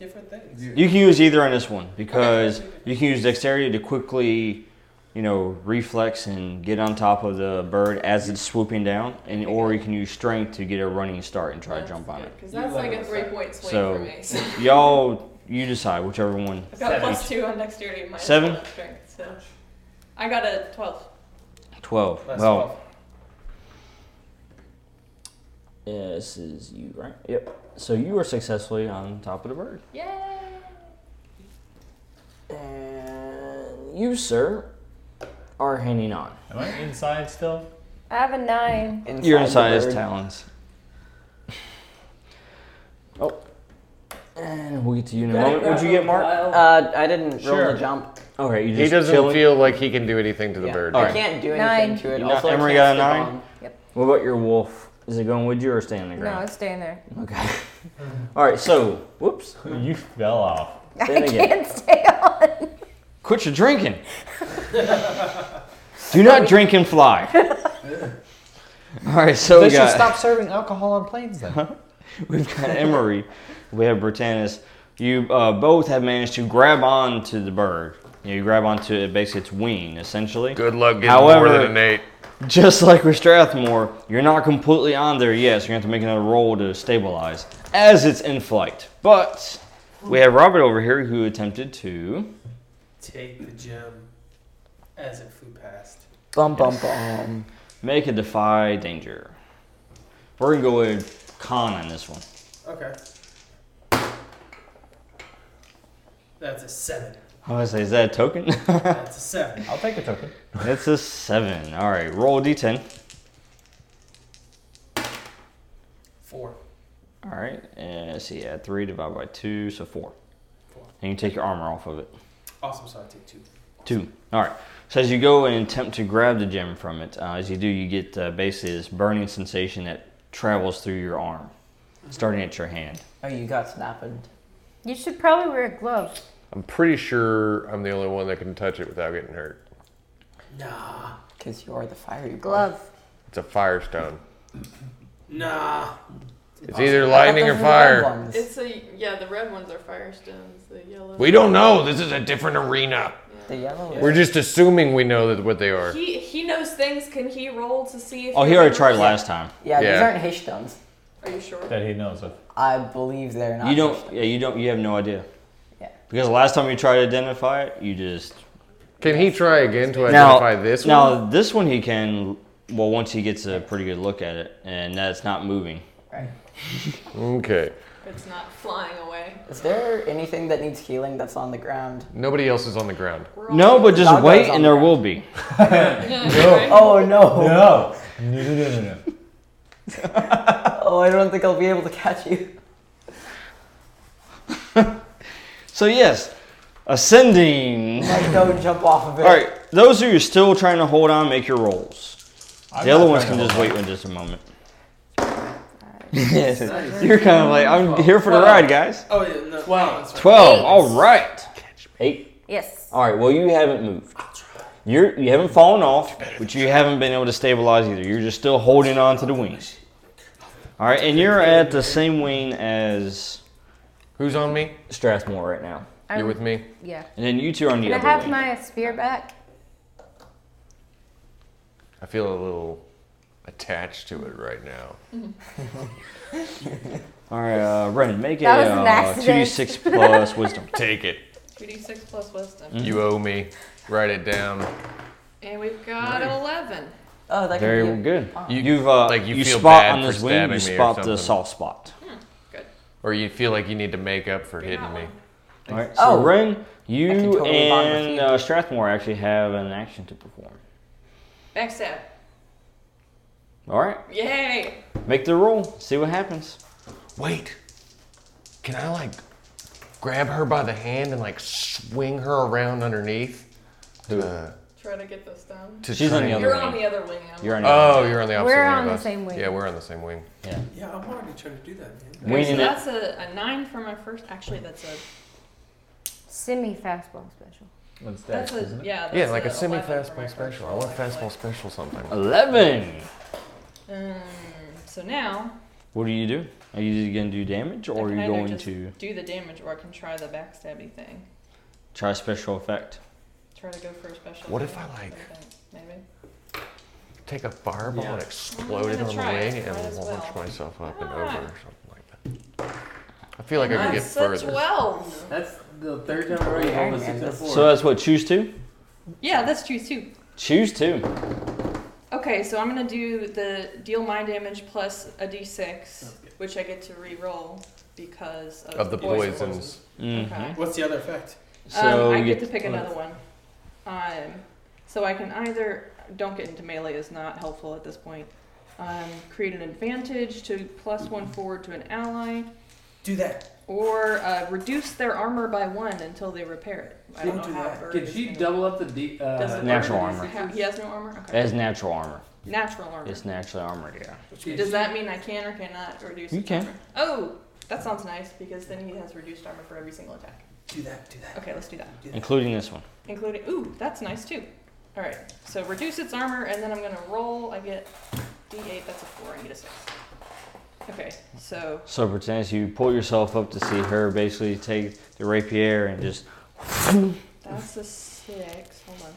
Speaker 3: different
Speaker 7: to
Speaker 3: things.
Speaker 7: do.
Speaker 4: You can use either on this one because you can use dexterity to quickly, you know, reflex and get on top of the bird as it's swooping down, and or you can use strength to get a running start and try to
Speaker 5: That's
Speaker 4: jump on it.
Speaker 5: Because
Speaker 7: You
Speaker 5: that's
Speaker 7: let
Speaker 5: like a
Speaker 7: us
Speaker 5: three
Speaker 7: decide.
Speaker 5: point swing
Speaker 4: So-
Speaker 5: for me. So
Speaker 4: Y'all, you decide whichever one.
Speaker 5: I've got a plus two on dexterity and minus
Speaker 4: Seven?
Speaker 5: one on strength. So I got a 12.
Speaker 4: Twelve.
Speaker 3: That's
Speaker 4: well,
Speaker 3: twelve.
Speaker 4: yeah, this is you, right? Yep. So you are successfully on top of the bird.
Speaker 5: Yay!
Speaker 4: And you, sir, are hanging on.
Speaker 8: Am I inside still?
Speaker 2: I have a nine.
Speaker 6: Inside
Speaker 4: You're inside
Speaker 6: the
Speaker 4: his
Speaker 6: bird?
Speaker 4: talons. Oh. And we'll get to you in a
Speaker 7: Gotta
Speaker 4: moment. What'd you
Speaker 7: grab
Speaker 4: get, Mark?
Speaker 7: a pile.
Speaker 6: Uh, I didn't roll
Speaker 8: Sure.
Speaker 6: the jump.
Speaker 4: Okay, you just
Speaker 1: He doesn't
Speaker 4: chilling.
Speaker 1: feel like he can do anything to the
Speaker 6: Yeah.
Speaker 1: bird.
Speaker 4: All
Speaker 6: I
Speaker 4: right.
Speaker 6: can't do anything
Speaker 2: Nine.
Speaker 6: to it.
Speaker 4: You got-
Speaker 6: Also, I
Speaker 4: Emery
Speaker 6: can't
Speaker 4: got a
Speaker 6: step
Speaker 4: nine?
Speaker 2: Yep.
Speaker 4: What about your wolf? Is it going with you or staying on the
Speaker 2: No,
Speaker 4: ground?
Speaker 2: it's staying there.
Speaker 4: Okay. All right. So, whoops.
Speaker 8: You fell off.
Speaker 2: I
Speaker 4: Then again.
Speaker 2: can't stay up.
Speaker 4: Quit your drinking. Do not drink and fly. All right, so
Speaker 8: They
Speaker 4: we
Speaker 8: should
Speaker 4: got,
Speaker 8: stop serving alcohol on planes then.
Speaker 4: we've got Emery, we have Britannis. You uh, both have managed to grab onto the bird. You, know, you grab onto it, basically its wing, essentially.
Speaker 1: Good luck getting
Speaker 4: However-
Speaker 1: more than an eight.
Speaker 4: Just like with Strathmore, you're not completely on there yet, so you're going to have to make another roll to stabilize as it's in flight. But we have Robert over here who attempted to.
Speaker 3: Take the gem as it flew past.
Speaker 6: Bum bum bum.
Speaker 4: Make a defy danger. We're gonna go with con on this one.
Speaker 3: Okay. That's a seven.
Speaker 4: I was gonna say, is that a token?
Speaker 3: That's a seven.
Speaker 8: I'll take a token.
Speaker 4: it's a seven. All right, roll a d10.
Speaker 3: Four.
Speaker 4: All right, and let's see, add three divided by two, so four.
Speaker 3: Four.
Speaker 4: And you take your armor off of it.
Speaker 3: Awesome. So I take two.
Speaker 4: Two. All right. So as you go and attempt to grab the gem from it, uh, as you do, you get uh, basically this burning sensation that travels through your arm, starting at your hand.
Speaker 6: Oh, you got snapped.
Speaker 2: You should probably wear a glove.
Speaker 1: I'm pretty sure I'm the only one that can touch it without getting hurt.
Speaker 3: Nah.
Speaker 6: Because you are the fiery boy.
Speaker 2: Glove.
Speaker 1: It's a firestone.
Speaker 3: Nah.
Speaker 1: It's either
Speaker 6: I thought
Speaker 1: lightning or
Speaker 6: those were the red
Speaker 1: fire.
Speaker 6: ones.
Speaker 5: It's a yeah. The red ones are firestones. The yellow.
Speaker 1: We don't know. This is a different arena.
Speaker 6: The yellow
Speaker 1: We're just assuming we know that what they are.
Speaker 5: He he knows things. Can he roll to see if?
Speaker 4: Oh, he already
Speaker 5: remembers?
Speaker 4: tried last time.
Speaker 6: Yeah, these
Speaker 1: Yeah.
Speaker 6: aren't Hishstones.
Speaker 5: Are you sure?
Speaker 8: That he knows of.
Speaker 6: I believe they're not.
Speaker 4: You don't.
Speaker 6: Hishstones.
Speaker 4: Yeah, you don't. You have no idea.
Speaker 6: Yeah.
Speaker 4: Because the last time you tried to identify it, you just
Speaker 1: Can he try again to
Speaker 4: now,
Speaker 1: identify this one?
Speaker 4: Now this one he can. Well, once he gets a pretty good look at it, and that's not moving.
Speaker 1: Okay.
Speaker 5: It's not flying away.
Speaker 6: Is there anything that needs healing that's on the ground?
Speaker 1: Nobody else is on the ground.
Speaker 5: We're all-
Speaker 4: No, but just
Speaker 6: Dog
Speaker 4: wait,
Speaker 6: goes on
Speaker 4: and there will be.
Speaker 5: Yeah, right?
Speaker 6: Oh no!
Speaker 8: No. No, no, no, no, no.
Speaker 6: Oh, I don't think I'll be able to catch you.
Speaker 4: So yes, ascending.
Speaker 6: Like, don't jump off of it.
Speaker 4: All right, those who are still trying to hold on, make your rolls.
Speaker 8: I'm
Speaker 4: the other
Speaker 8: not
Speaker 4: ones can
Speaker 8: trying to
Speaker 4: just
Speaker 8: hold
Speaker 4: wait in just a moment. You're kind of like, I'm here for the ride, guys.
Speaker 3: Oh yeah. No. Twelve. That's right.
Speaker 4: 12, all right. Eight.
Speaker 2: Yes.
Speaker 4: All right. Well, you haven't moved. You're you haven't fallen off, but you haven't been able to stabilize either. You're just still holding on to the wings. All right, and you're at the same wing as
Speaker 1: Who's on me?
Speaker 4: Strathmore right now,
Speaker 1: You're with me.
Speaker 2: Yeah.
Speaker 4: and then you two are on the
Speaker 2: Can I
Speaker 4: other
Speaker 2: have
Speaker 4: wing.
Speaker 2: my spear back?
Speaker 1: I feel a little attached to it right now.
Speaker 4: All right, uh, Brennan, make
Speaker 2: That was an
Speaker 4: a uh, two d
Speaker 2: accident.
Speaker 4: six plus wisdom.
Speaker 1: Take it.
Speaker 5: 2d6 plus wisdom.
Speaker 1: You owe me. Write it down.
Speaker 5: And we've got 11.
Speaker 6: Oh, that could be
Speaker 4: Very
Speaker 6: a-
Speaker 4: good.
Speaker 1: You-
Speaker 4: You've uh,
Speaker 1: like, you
Speaker 4: you
Speaker 1: feel
Speaker 4: spot
Speaker 1: bad
Speaker 4: on
Speaker 1: for
Speaker 4: this wing. You
Speaker 1: stabbing me or
Speaker 4: spot the
Speaker 1: something.
Speaker 4: soft spot.
Speaker 1: Or you feel like you need to make up for hitting me.
Speaker 4: All right. So
Speaker 6: Oh.
Speaker 4: Ren, you
Speaker 6: I can totally bond with
Speaker 4: and
Speaker 6: you.
Speaker 4: uh, Strathmore actually have an action to perform.
Speaker 5: Backstab.
Speaker 4: All right,
Speaker 5: Yay!
Speaker 4: make the roll. See what happens.
Speaker 1: Wait. Can I like grab her by the hand and like swing her around underneath? To, uh,
Speaker 5: Try to get this done.
Speaker 1: to
Speaker 4: She's on
Speaker 1: try
Speaker 4: the
Speaker 1: and-
Speaker 4: other
Speaker 5: You're on the other wing. I'm
Speaker 4: You're on.
Speaker 1: Oh, you're on the opposite
Speaker 2: We're
Speaker 1: wing.
Speaker 2: on
Speaker 1: of
Speaker 2: the
Speaker 1: us.
Speaker 2: same wing.
Speaker 1: Yeah, we're on the same wing.
Speaker 3: Yeah, I'm already trying to do that, man.
Speaker 5: Okay,
Speaker 4: Winging
Speaker 5: so
Speaker 4: it.
Speaker 5: that's a, a 9 for my first. Actually, that's a.
Speaker 2: Semi fastball special.
Speaker 8: That's
Speaker 5: That's
Speaker 8: dead,
Speaker 5: a.
Speaker 8: isn't it?
Speaker 5: Yeah, that's
Speaker 1: Yeah, like a
Speaker 5: 11 for my
Speaker 1: semi-fastball
Speaker 5: first
Speaker 1: special. I want
Speaker 5: one.
Speaker 1: fastball special something.
Speaker 4: Eleven.
Speaker 5: Um, so now.
Speaker 4: What do you do? Are you gonna do damage, or
Speaker 5: I
Speaker 4: are
Speaker 5: can
Speaker 4: you
Speaker 5: either
Speaker 4: going
Speaker 5: just
Speaker 4: to
Speaker 5: Do the damage, or I can try the backstabby thing.
Speaker 4: try special effect?
Speaker 5: Try to go for a special.
Speaker 1: What if
Speaker 5: thing,
Speaker 1: I, like,
Speaker 5: something, Maybe.
Speaker 1: Take a fireball
Speaker 8: Yeah.
Speaker 1: and explode it
Speaker 5: gonna
Speaker 1: on the
Speaker 5: try it.
Speaker 1: wing and
Speaker 5: Might as
Speaker 1: launch
Speaker 5: well.
Speaker 1: myself up and
Speaker 5: Ah.
Speaker 1: over or something like that. I feel like I could get
Speaker 5: That's a
Speaker 1: further.
Speaker 5: 12.
Speaker 7: That's the third time already.
Speaker 6: Iron
Speaker 7: Almost
Speaker 6: Man
Speaker 7: six and a
Speaker 6: does.
Speaker 7: four.
Speaker 4: So that's what choose two.
Speaker 5: Yeah, that's true too.
Speaker 4: Choose two.
Speaker 5: Okay, so I'm gonna do the deal my damage plus a d6, which I get to re-roll because of,
Speaker 1: Of the
Speaker 5: poison.
Speaker 1: poisons.
Speaker 4: Mhm.
Speaker 5: Okay.
Speaker 3: What's the other effect?
Speaker 4: So
Speaker 5: um, I
Speaker 4: you
Speaker 5: Mm-hmm. get to pick another one. Um, so I can either don't get into melee is not helpful at this point. Um, create an advantage to plus one forward to an ally,
Speaker 3: Do that.
Speaker 5: or uh, reduce their armor by one until they repair it. I don't,
Speaker 3: Don't do
Speaker 5: know how
Speaker 3: that.
Speaker 5: it
Speaker 7: Can
Speaker 5: varies.
Speaker 7: she double up the D? Uh,
Speaker 5: Doesn't-
Speaker 4: Natural
Speaker 7: armor
Speaker 4: armor.
Speaker 5: Ha-
Speaker 7: D6s?
Speaker 5: He has no armor. Okay.
Speaker 4: It has natural armor.
Speaker 5: Natural armor.
Speaker 4: It's naturally armored. Yeah.
Speaker 7: Can
Speaker 5: Does
Speaker 7: she-
Speaker 5: that mean I can or cannot reduce?
Speaker 4: You
Speaker 5: his
Speaker 4: can.
Speaker 5: armor? Oh, that sounds nice because then he has reduced armor for every single attack.
Speaker 3: Do that, do that.
Speaker 5: Okay, let's do that.
Speaker 4: including this one.
Speaker 5: Including, ooh, that's nice too. All right, so reduce its armor, and then I'm gonna roll. I get D8. That's a four. I get a six. Okay, so
Speaker 4: So pretend you pull yourself up to see her basically take the rapier and just
Speaker 5: that's a six. Hold on.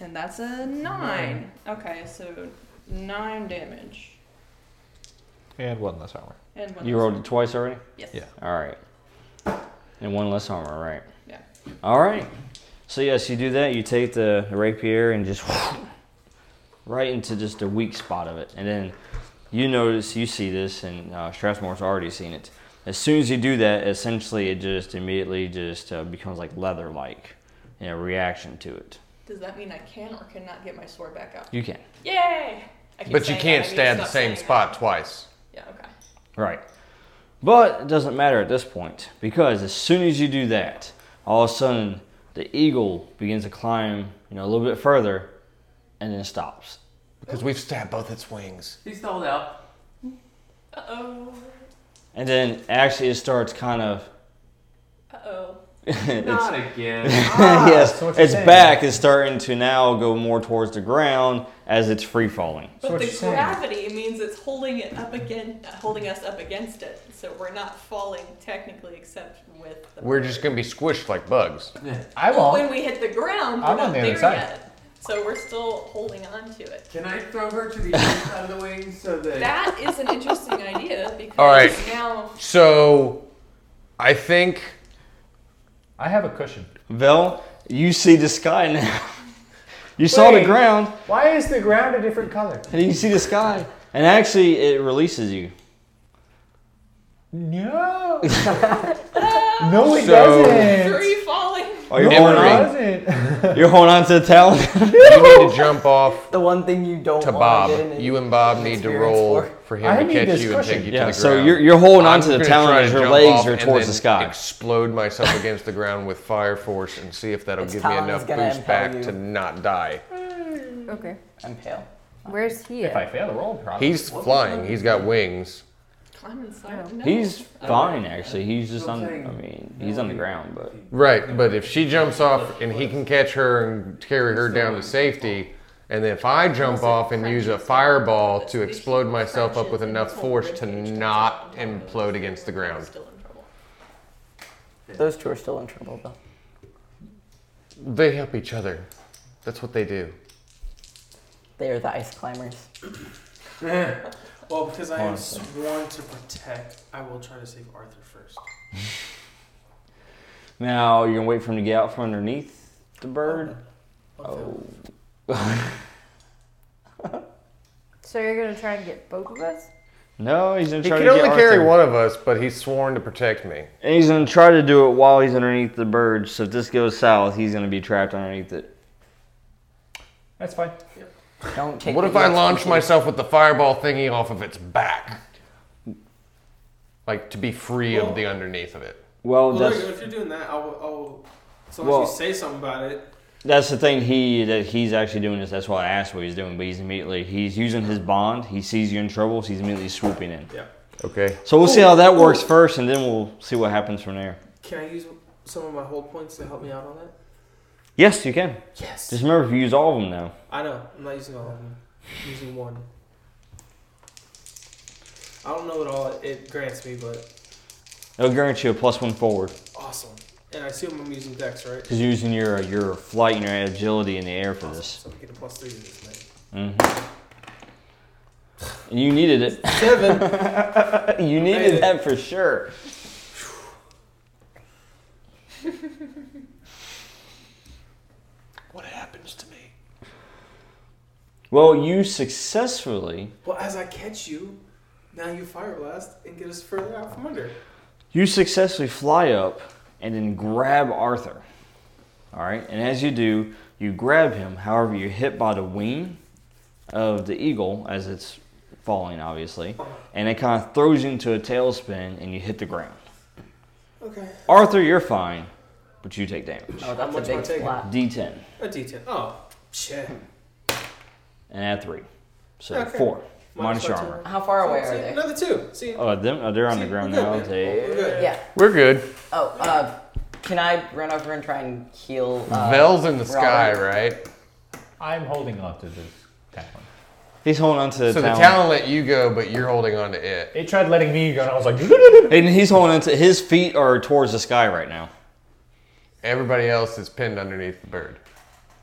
Speaker 5: And that's a nine. Okay, so nine damage.
Speaker 8: And one less armor.
Speaker 5: And one
Speaker 4: you
Speaker 5: less
Speaker 4: rolled
Speaker 5: one.
Speaker 4: it twice already.
Speaker 5: Yes.
Speaker 8: Yeah.
Speaker 4: All right. And one less armor, right?
Speaker 5: Yeah.
Speaker 4: All right. So yes, you do that. You take the rapier and just right into just the weak spot of it, and then you notice you see this, and uh, Strathmore's already seen it. As soon as you do that, essentially it just immediately just uh, becomes like leather-like in a reaction to it.
Speaker 5: Does that mean I can or cannot get my sword back out?
Speaker 4: You can.
Speaker 5: Yay! I keep
Speaker 1: But you
Speaker 5: saying that,
Speaker 1: can't
Speaker 5: I need to
Speaker 1: stab the
Speaker 5: stop
Speaker 1: same
Speaker 5: saying
Speaker 1: spot twice.
Speaker 5: that. Yeah. Okay.
Speaker 4: Right. But it doesn't matter at this point because as soon as you do that, all of a sudden the eagle begins to climb, you know, a little bit further, and then stops.
Speaker 1: Because we've stabbed both its wings.
Speaker 7: He stalled out.
Speaker 5: Uh oh.
Speaker 4: And then actually it starts kind of.
Speaker 5: Uh oh.
Speaker 4: it's,
Speaker 7: Not again.
Speaker 4: yes,
Speaker 8: Ah, so what you're
Speaker 4: its
Speaker 8: saying.
Speaker 4: back is starting to now go more towards the ground as it's free falling.
Speaker 8: So
Speaker 5: But
Speaker 8: what
Speaker 5: the
Speaker 8: you're saying-
Speaker 5: gravity means it's holding it up again, holding us up against it. So we're not falling technically, except with. The
Speaker 1: We're just gonna be squished like bugs.
Speaker 8: I
Speaker 5: Well,
Speaker 8: won't.
Speaker 5: when we hit the ground, we're
Speaker 8: I'm
Speaker 5: not
Speaker 8: on the
Speaker 5: there
Speaker 8: other side.
Speaker 5: yet. So we're still holding on to it.
Speaker 7: Can I throw her to the other side of the wing so that?
Speaker 5: That is an interesting idea because
Speaker 1: All right.
Speaker 5: now
Speaker 1: So, I think
Speaker 8: I have a cushion.
Speaker 4: Vel, you see the sky now. you saw the
Speaker 8: Wait.
Speaker 4: ground
Speaker 8: Why is the ground a different color?
Speaker 4: and you see the sky. And actually it releases you.
Speaker 8: No. no,
Speaker 1: So-
Speaker 8: it doesn't.
Speaker 5: free falling.
Speaker 4: Are you
Speaker 8: No,
Speaker 4: holding
Speaker 1: Evergreen.
Speaker 4: on?
Speaker 8: it doesn't.
Speaker 4: You're holding on to the talon?
Speaker 1: you need to jump off
Speaker 6: The one thing you don't
Speaker 1: to
Speaker 6: want Get in
Speaker 1: Bob.
Speaker 6: an-
Speaker 1: You and Bob need to
Speaker 6: experience
Speaker 1: roll
Speaker 6: for.
Speaker 1: for him
Speaker 8: I
Speaker 1: to
Speaker 8: need
Speaker 1: catch
Speaker 8: this
Speaker 1: you and take
Speaker 8: cushion.
Speaker 1: you
Speaker 4: Yeah,
Speaker 1: to the
Speaker 4: so
Speaker 1: ground.
Speaker 4: you're, you're holding on to
Speaker 1: I'm
Speaker 4: the
Speaker 1: gonna
Speaker 4: talon
Speaker 1: try
Speaker 4: as
Speaker 1: and
Speaker 4: your
Speaker 1: jump
Speaker 4: legs
Speaker 1: off
Speaker 4: are
Speaker 1: and
Speaker 4: towards the
Speaker 1: then
Speaker 4: sky.
Speaker 1: Explode myself against the ground with fire force and see if that'll
Speaker 6: Its
Speaker 1: give me
Speaker 6: talon
Speaker 1: enough
Speaker 6: is gonna
Speaker 1: boost
Speaker 6: impel
Speaker 1: back
Speaker 6: you.
Speaker 1: to not die.
Speaker 2: Okay.
Speaker 6: I'm pale.
Speaker 2: Where's he
Speaker 8: if I
Speaker 2: at?
Speaker 8: fail the roll, probably.
Speaker 1: He's flying. He's got wings.
Speaker 5: Climb inside.
Speaker 2: Oh.
Speaker 5: No.
Speaker 4: He's
Speaker 5: Oh.
Speaker 4: fine, actually. He's just on.
Speaker 7: I'm
Speaker 4: I
Speaker 7: saying-
Speaker 4: mean, he's on the ground, but
Speaker 1: Right, but if she jumps off and he can catch her and carry her down to safety, and if I jump off and use a fireball to explode myself up with enough force to not implode against the ground.
Speaker 5: Still in trouble.
Speaker 6: Those two are still in trouble though.
Speaker 1: They help each other. That's what they do.
Speaker 6: They are the ice climbers.
Speaker 7: Eh.
Speaker 3: Well, because I am
Speaker 4: Awesome.
Speaker 3: sworn to protect, I will try to save Arthur first.
Speaker 4: now you're gonna wait for him to get out from underneath the bird.
Speaker 3: Oh.
Speaker 2: So you're gonna try and get both of us?
Speaker 4: No, he's gonna
Speaker 1: He
Speaker 4: try
Speaker 1: can
Speaker 4: to get
Speaker 1: only carry
Speaker 4: Arthur.
Speaker 1: one of us, but he's sworn to protect me.
Speaker 4: And he's gonna try to do it while he's underneath the bird. So if this goes south, he's gonna be trapped underneath it.
Speaker 8: That's fine.
Speaker 6: Don't take.
Speaker 1: What
Speaker 6: the
Speaker 1: if I
Speaker 6: EXP
Speaker 1: launch
Speaker 6: key.
Speaker 1: myself with the fireball thingy off of its back? Like to be free of the underneath of it.
Speaker 4: Well,
Speaker 3: Well,
Speaker 4: Oh, that's
Speaker 3: look, if you're doing that, I'll. I'll so
Speaker 4: Well-
Speaker 3: once you say something about it,
Speaker 4: that's the thing. He that he's actually doing this. That's why I asked what he's doing. But he's immediately he's using his bond. He sees you in trouble. So he's immediately swooping in.
Speaker 3: yeah.
Speaker 1: Okay.
Speaker 4: So we'll see how that works first, and then we'll see what happens from there.
Speaker 3: Can I use some of my hold points to help me out on that?
Speaker 4: Yes, you can.
Speaker 3: Yes.
Speaker 4: Just remember, if you use all of them now,
Speaker 3: I know. I'm not using all of them. I'm using one. I don't know what all it grants me, but
Speaker 4: it'll grant you a plus one forward
Speaker 3: awesome. And I assume I'm using Dex, right?
Speaker 4: because you're using your your flight and your agility in the air for this.
Speaker 3: So I get a plus three to this thing.
Speaker 4: hmm You needed it.
Speaker 3: Seven.
Speaker 4: you needed that for sure.
Speaker 3: what happens to me?
Speaker 4: Well, you successfully
Speaker 3: Well, as I catch you, now you fire blast and get us further out from under.
Speaker 4: you successfully fly up and then grab Arthur. All right, and as you do, you grab him. However, you're hit by the wing of the eagle as it's falling, obviously, and it kind of throws you into a tailspin, and you hit the ground.
Speaker 3: Okay.
Speaker 4: Arthur, you're fine, but you take damage.
Speaker 6: Oh,
Speaker 3: How
Speaker 6: that's
Speaker 3: much
Speaker 6: a
Speaker 3: am I
Speaker 6: big
Speaker 3: taking?
Speaker 6: splat.
Speaker 4: D10
Speaker 3: A D10. Oh, shit.
Speaker 4: and add three, so
Speaker 3: Okay.
Speaker 4: four. Minus your armor.
Speaker 6: How far away are
Speaker 3: See,
Speaker 6: they?
Speaker 3: Another two. See,
Speaker 4: Oh, them, oh they're on
Speaker 3: see,
Speaker 4: the ground
Speaker 3: we're good,
Speaker 4: now.
Speaker 3: man.
Speaker 4: They-
Speaker 3: We're good.
Speaker 6: Yeah.
Speaker 1: We're good.
Speaker 6: Oh, uh, can I run over and try and heal? Uh,
Speaker 1: Vel's in the sky,
Speaker 6: Robert?
Speaker 1: right?
Speaker 8: I'm holding on to this talon.
Speaker 4: He's holding on to the
Speaker 1: So the
Speaker 4: talon.
Speaker 1: talon let you go, but you're holding on to it.
Speaker 8: It tried letting me go, and I was like,
Speaker 4: And he's holding on to his feet are towards the sky right now.
Speaker 1: Everybody else is pinned underneath the bird.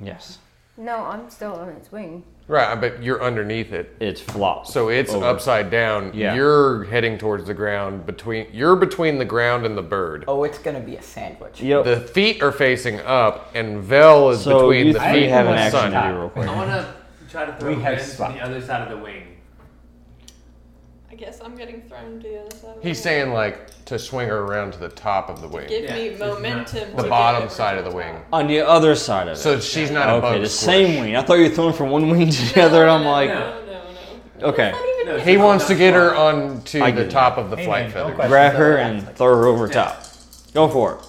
Speaker 4: Yes.
Speaker 2: No, I'm still on its wing.
Speaker 1: Right, but you're underneath it.
Speaker 4: It's flopped.
Speaker 1: So it's
Speaker 4: Over.
Speaker 1: upside down.
Speaker 4: Yeah.
Speaker 1: You're heading towards the ground between you're between the ground and the bird.
Speaker 6: Oh, it's gonna be a sandwich.
Speaker 4: Yep.
Speaker 1: The feet are facing up and Vel is
Speaker 4: so
Speaker 1: between
Speaker 4: you
Speaker 1: the
Speaker 4: three
Speaker 1: feet
Speaker 4: have an
Speaker 1: and the
Speaker 4: action
Speaker 1: sun. Uh-huh.
Speaker 4: to do real quick.
Speaker 7: I want to try to throw
Speaker 8: We
Speaker 7: we
Speaker 8: have
Speaker 7: to
Speaker 8: spot.
Speaker 7: the other side of the wing.
Speaker 5: I guess I'm getting thrown to the other side. of the
Speaker 1: He's
Speaker 5: wing.
Speaker 1: saying like to swing her around to the top of the wing.
Speaker 5: Give
Speaker 7: Yeah,
Speaker 5: me
Speaker 7: it's not-
Speaker 5: momentum.
Speaker 1: The
Speaker 5: to
Speaker 1: bottom
Speaker 5: get
Speaker 1: side of the
Speaker 5: over
Speaker 1: wing.
Speaker 4: On the other side of it.
Speaker 1: So she's not a
Speaker 4: okay,
Speaker 1: bug
Speaker 4: the
Speaker 1: squish.
Speaker 4: same wing. I thought you were throwing from one wing to the
Speaker 5: No,
Speaker 4: other, and I'm
Speaker 5: no,
Speaker 4: like,
Speaker 5: No, no, no.
Speaker 4: okay,
Speaker 7: No,
Speaker 1: He
Speaker 7: she's
Speaker 1: wants
Speaker 7: not
Speaker 1: to get her
Speaker 7: smart.
Speaker 1: onto
Speaker 4: I
Speaker 1: the
Speaker 4: get it.
Speaker 1: top of the
Speaker 8: Hey,
Speaker 1: flight
Speaker 8: man, no
Speaker 1: feather.
Speaker 8: question.
Speaker 4: grab her and throw her over top. Go for it.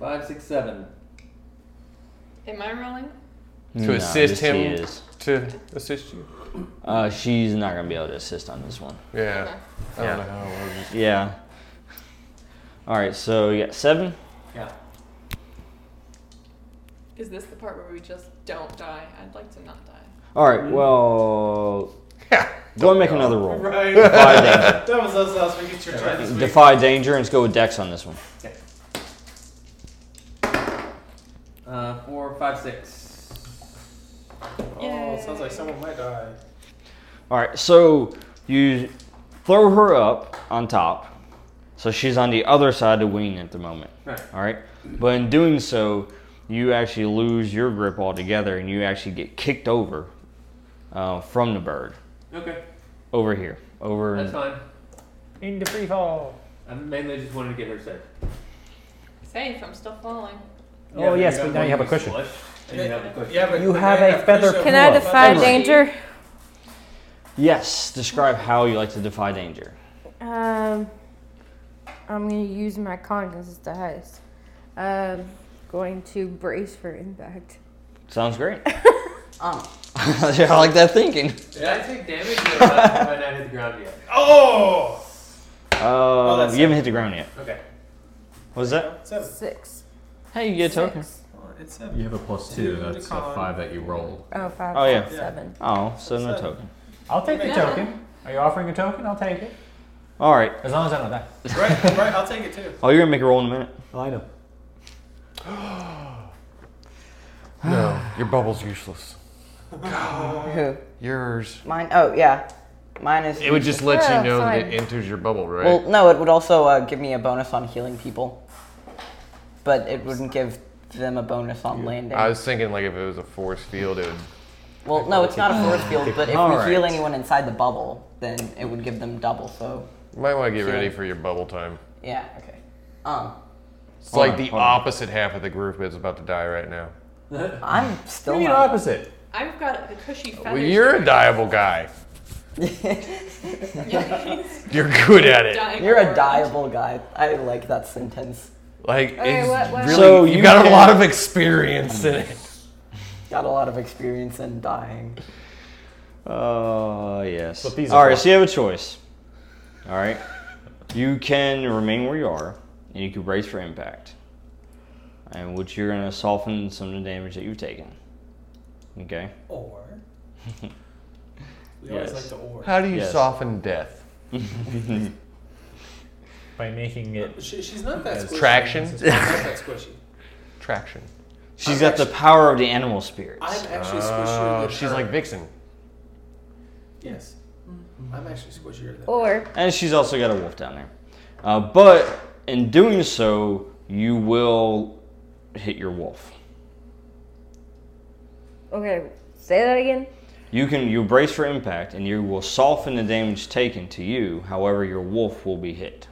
Speaker 7: Five, six, seven.
Speaker 5: Am I rolling?
Speaker 1: To
Speaker 4: No, yes,
Speaker 1: assist
Speaker 4: he
Speaker 1: him
Speaker 4: is.
Speaker 1: to assist you.
Speaker 4: Uh, she's not gonna be able to assist on this one.
Speaker 1: Yeah. I
Speaker 4: Yeah.
Speaker 1: don't know how it works.
Speaker 4: Yeah. All right, so you got seven.
Speaker 7: Yeah.
Speaker 5: Is this the part where we just don't die? I'd like to not die.
Speaker 4: All right, well,
Speaker 1: Yeah.
Speaker 4: go and make another roll.
Speaker 3: Right.
Speaker 4: Defy danger.
Speaker 3: that was us last week. It's your turn this week.
Speaker 4: Defy danger and let's go with Dex on this one.
Speaker 7: Uh, four, five, six.
Speaker 3: Oh, sounds like someone might die.
Speaker 4: All right, so you throw her up on top, so she's on the other side of the wing at the moment.
Speaker 7: Right.
Speaker 4: All right, but in doing so, you actually lose your grip altogether, and you actually get kicked over uh, from the bird
Speaker 7: Okay,
Speaker 4: over here, over.
Speaker 7: that's fine.
Speaker 8: in the free fall.
Speaker 7: I mainly just wanted to get her safe.
Speaker 5: Safe, I'm still falling.
Speaker 8: Oh,
Speaker 7: but
Speaker 8: yes,
Speaker 7: you
Speaker 8: but
Speaker 7: got
Speaker 8: now you have a
Speaker 7: one
Speaker 8: cushion.
Speaker 7: slush, And you have a cushion.
Speaker 3: Yeah, but
Speaker 8: You
Speaker 3: the
Speaker 8: have
Speaker 3: guy
Speaker 8: a
Speaker 3: got
Speaker 8: feather
Speaker 3: pushed up.
Speaker 2: Can I
Speaker 8: Cool.
Speaker 2: defy
Speaker 5: Right.
Speaker 2: danger?
Speaker 4: Yes, describe how you like to defy danger.
Speaker 2: Um, I'm gonna use my con because it's the highest. Um, going to brace for impact.
Speaker 4: Sounds great.
Speaker 6: Um,
Speaker 4: yeah, I like that thinking.
Speaker 7: Did I take damage or have I not hit the ground yet?
Speaker 3: Oh!
Speaker 4: Uh,
Speaker 3: that's
Speaker 4: you haven't hit the ground yet.
Speaker 7: Okay.
Speaker 4: What was that?
Speaker 3: Seven.
Speaker 2: Six.
Speaker 4: Hey, you get a token.
Speaker 2: Six.
Speaker 3: Oh, It's seven.
Speaker 9: You have a plus two.
Speaker 3: Two,
Speaker 9: That's a
Speaker 3: con.
Speaker 9: five that you rolled.
Speaker 2: Oh, five.
Speaker 4: Oh, yeah.
Speaker 2: Seven.
Speaker 4: Oh, so no
Speaker 3: Seven.
Speaker 4: token.
Speaker 8: I'll take the
Speaker 5: Yeah.
Speaker 8: token. Are you offering a token? I'll take it.
Speaker 4: All right.
Speaker 8: As long as I don't die.
Speaker 3: right, right, I'll take it too.
Speaker 4: Oh, you're gonna make a roll in a minute.
Speaker 8: Oh, I know.
Speaker 1: No, your bubble's useless.
Speaker 6: who?
Speaker 1: Yours.
Speaker 6: Mine? Oh, yeah. Mine is.
Speaker 1: It would just let
Speaker 2: Yeah,
Speaker 1: you know that
Speaker 2: fine.
Speaker 1: it enters your bubble, right?
Speaker 6: Well, no, it would also uh, give me a bonus on healing people, but it wouldn't give them a bonus on landing.
Speaker 1: I was thinking like if it was a force field, it would.
Speaker 6: well, no, it's not a force field, but if we
Speaker 4: Alright.
Speaker 6: heal anyone inside the bubble, then it would give them double. So,
Speaker 1: You might want to get ready for your bubble time.
Speaker 6: yeah, okay. Um,
Speaker 1: It's
Speaker 4: Hold
Speaker 1: like
Speaker 4: on,
Speaker 1: the
Speaker 4: hold on.
Speaker 1: opposite half of the group is about to die right now.
Speaker 6: I'm still.
Speaker 8: You mean
Speaker 6: not-
Speaker 8: opposite?
Speaker 5: I've got the cushy feathers.
Speaker 1: Well, you're a diable guy.
Speaker 5: dying.
Speaker 1: You're good at it.
Speaker 5: dying
Speaker 6: You're a
Speaker 5: bird.
Speaker 6: diable guy. I like that sentence.
Speaker 1: Like,
Speaker 2: Okay,
Speaker 1: it's
Speaker 2: what- what-
Speaker 1: really,
Speaker 4: So
Speaker 1: you
Speaker 4: you
Speaker 1: got a
Speaker 4: can-
Speaker 1: lot of experience in it.
Speaker 6: Got a lot of experience in dying.
Speaker 4: Oh, yes.
Speaker 8: But these are
Speaker 4: All right,
Speaker 8: fun.
Speaker 4: so you have a choice. All right. You can remain where you are, and you can brace for impact. And which you're going to soften some of the damage that you've taken. Okay?
Speaker 3: Or. We always
Speaker 4: Yes.
Speaker 3: like the or.
Speaker 1: How do you
Speaker 4: Yes.
Speaker 1: soften death?
Speaker 8: By making it.
Speaker 3: She, she's not that squishy.
Speaker 1: Traction?
Speaker 3: She's not that squishy.
Speaker 1: Traction.
Speaker 4: She's got the power of the animal spirits.
Speaker 3: I'm actually squishier
Speaker 1: Oh,
Speaker 3: than
Speaker 1: she's
Speaker 3: her.
Speaker 1: like Vixen.
Speaker 3: Yes. I'm actually squishier than
Speaker 2: Or
Speaker 4: And she's also got a wolf down there. Uh, but in doing so, you will hit your wolf.
Speaker 2: okay, say that again.
Speaker 4: You can you brace for impact, and you will soften the damage taken to you. However, your wolf will be hit.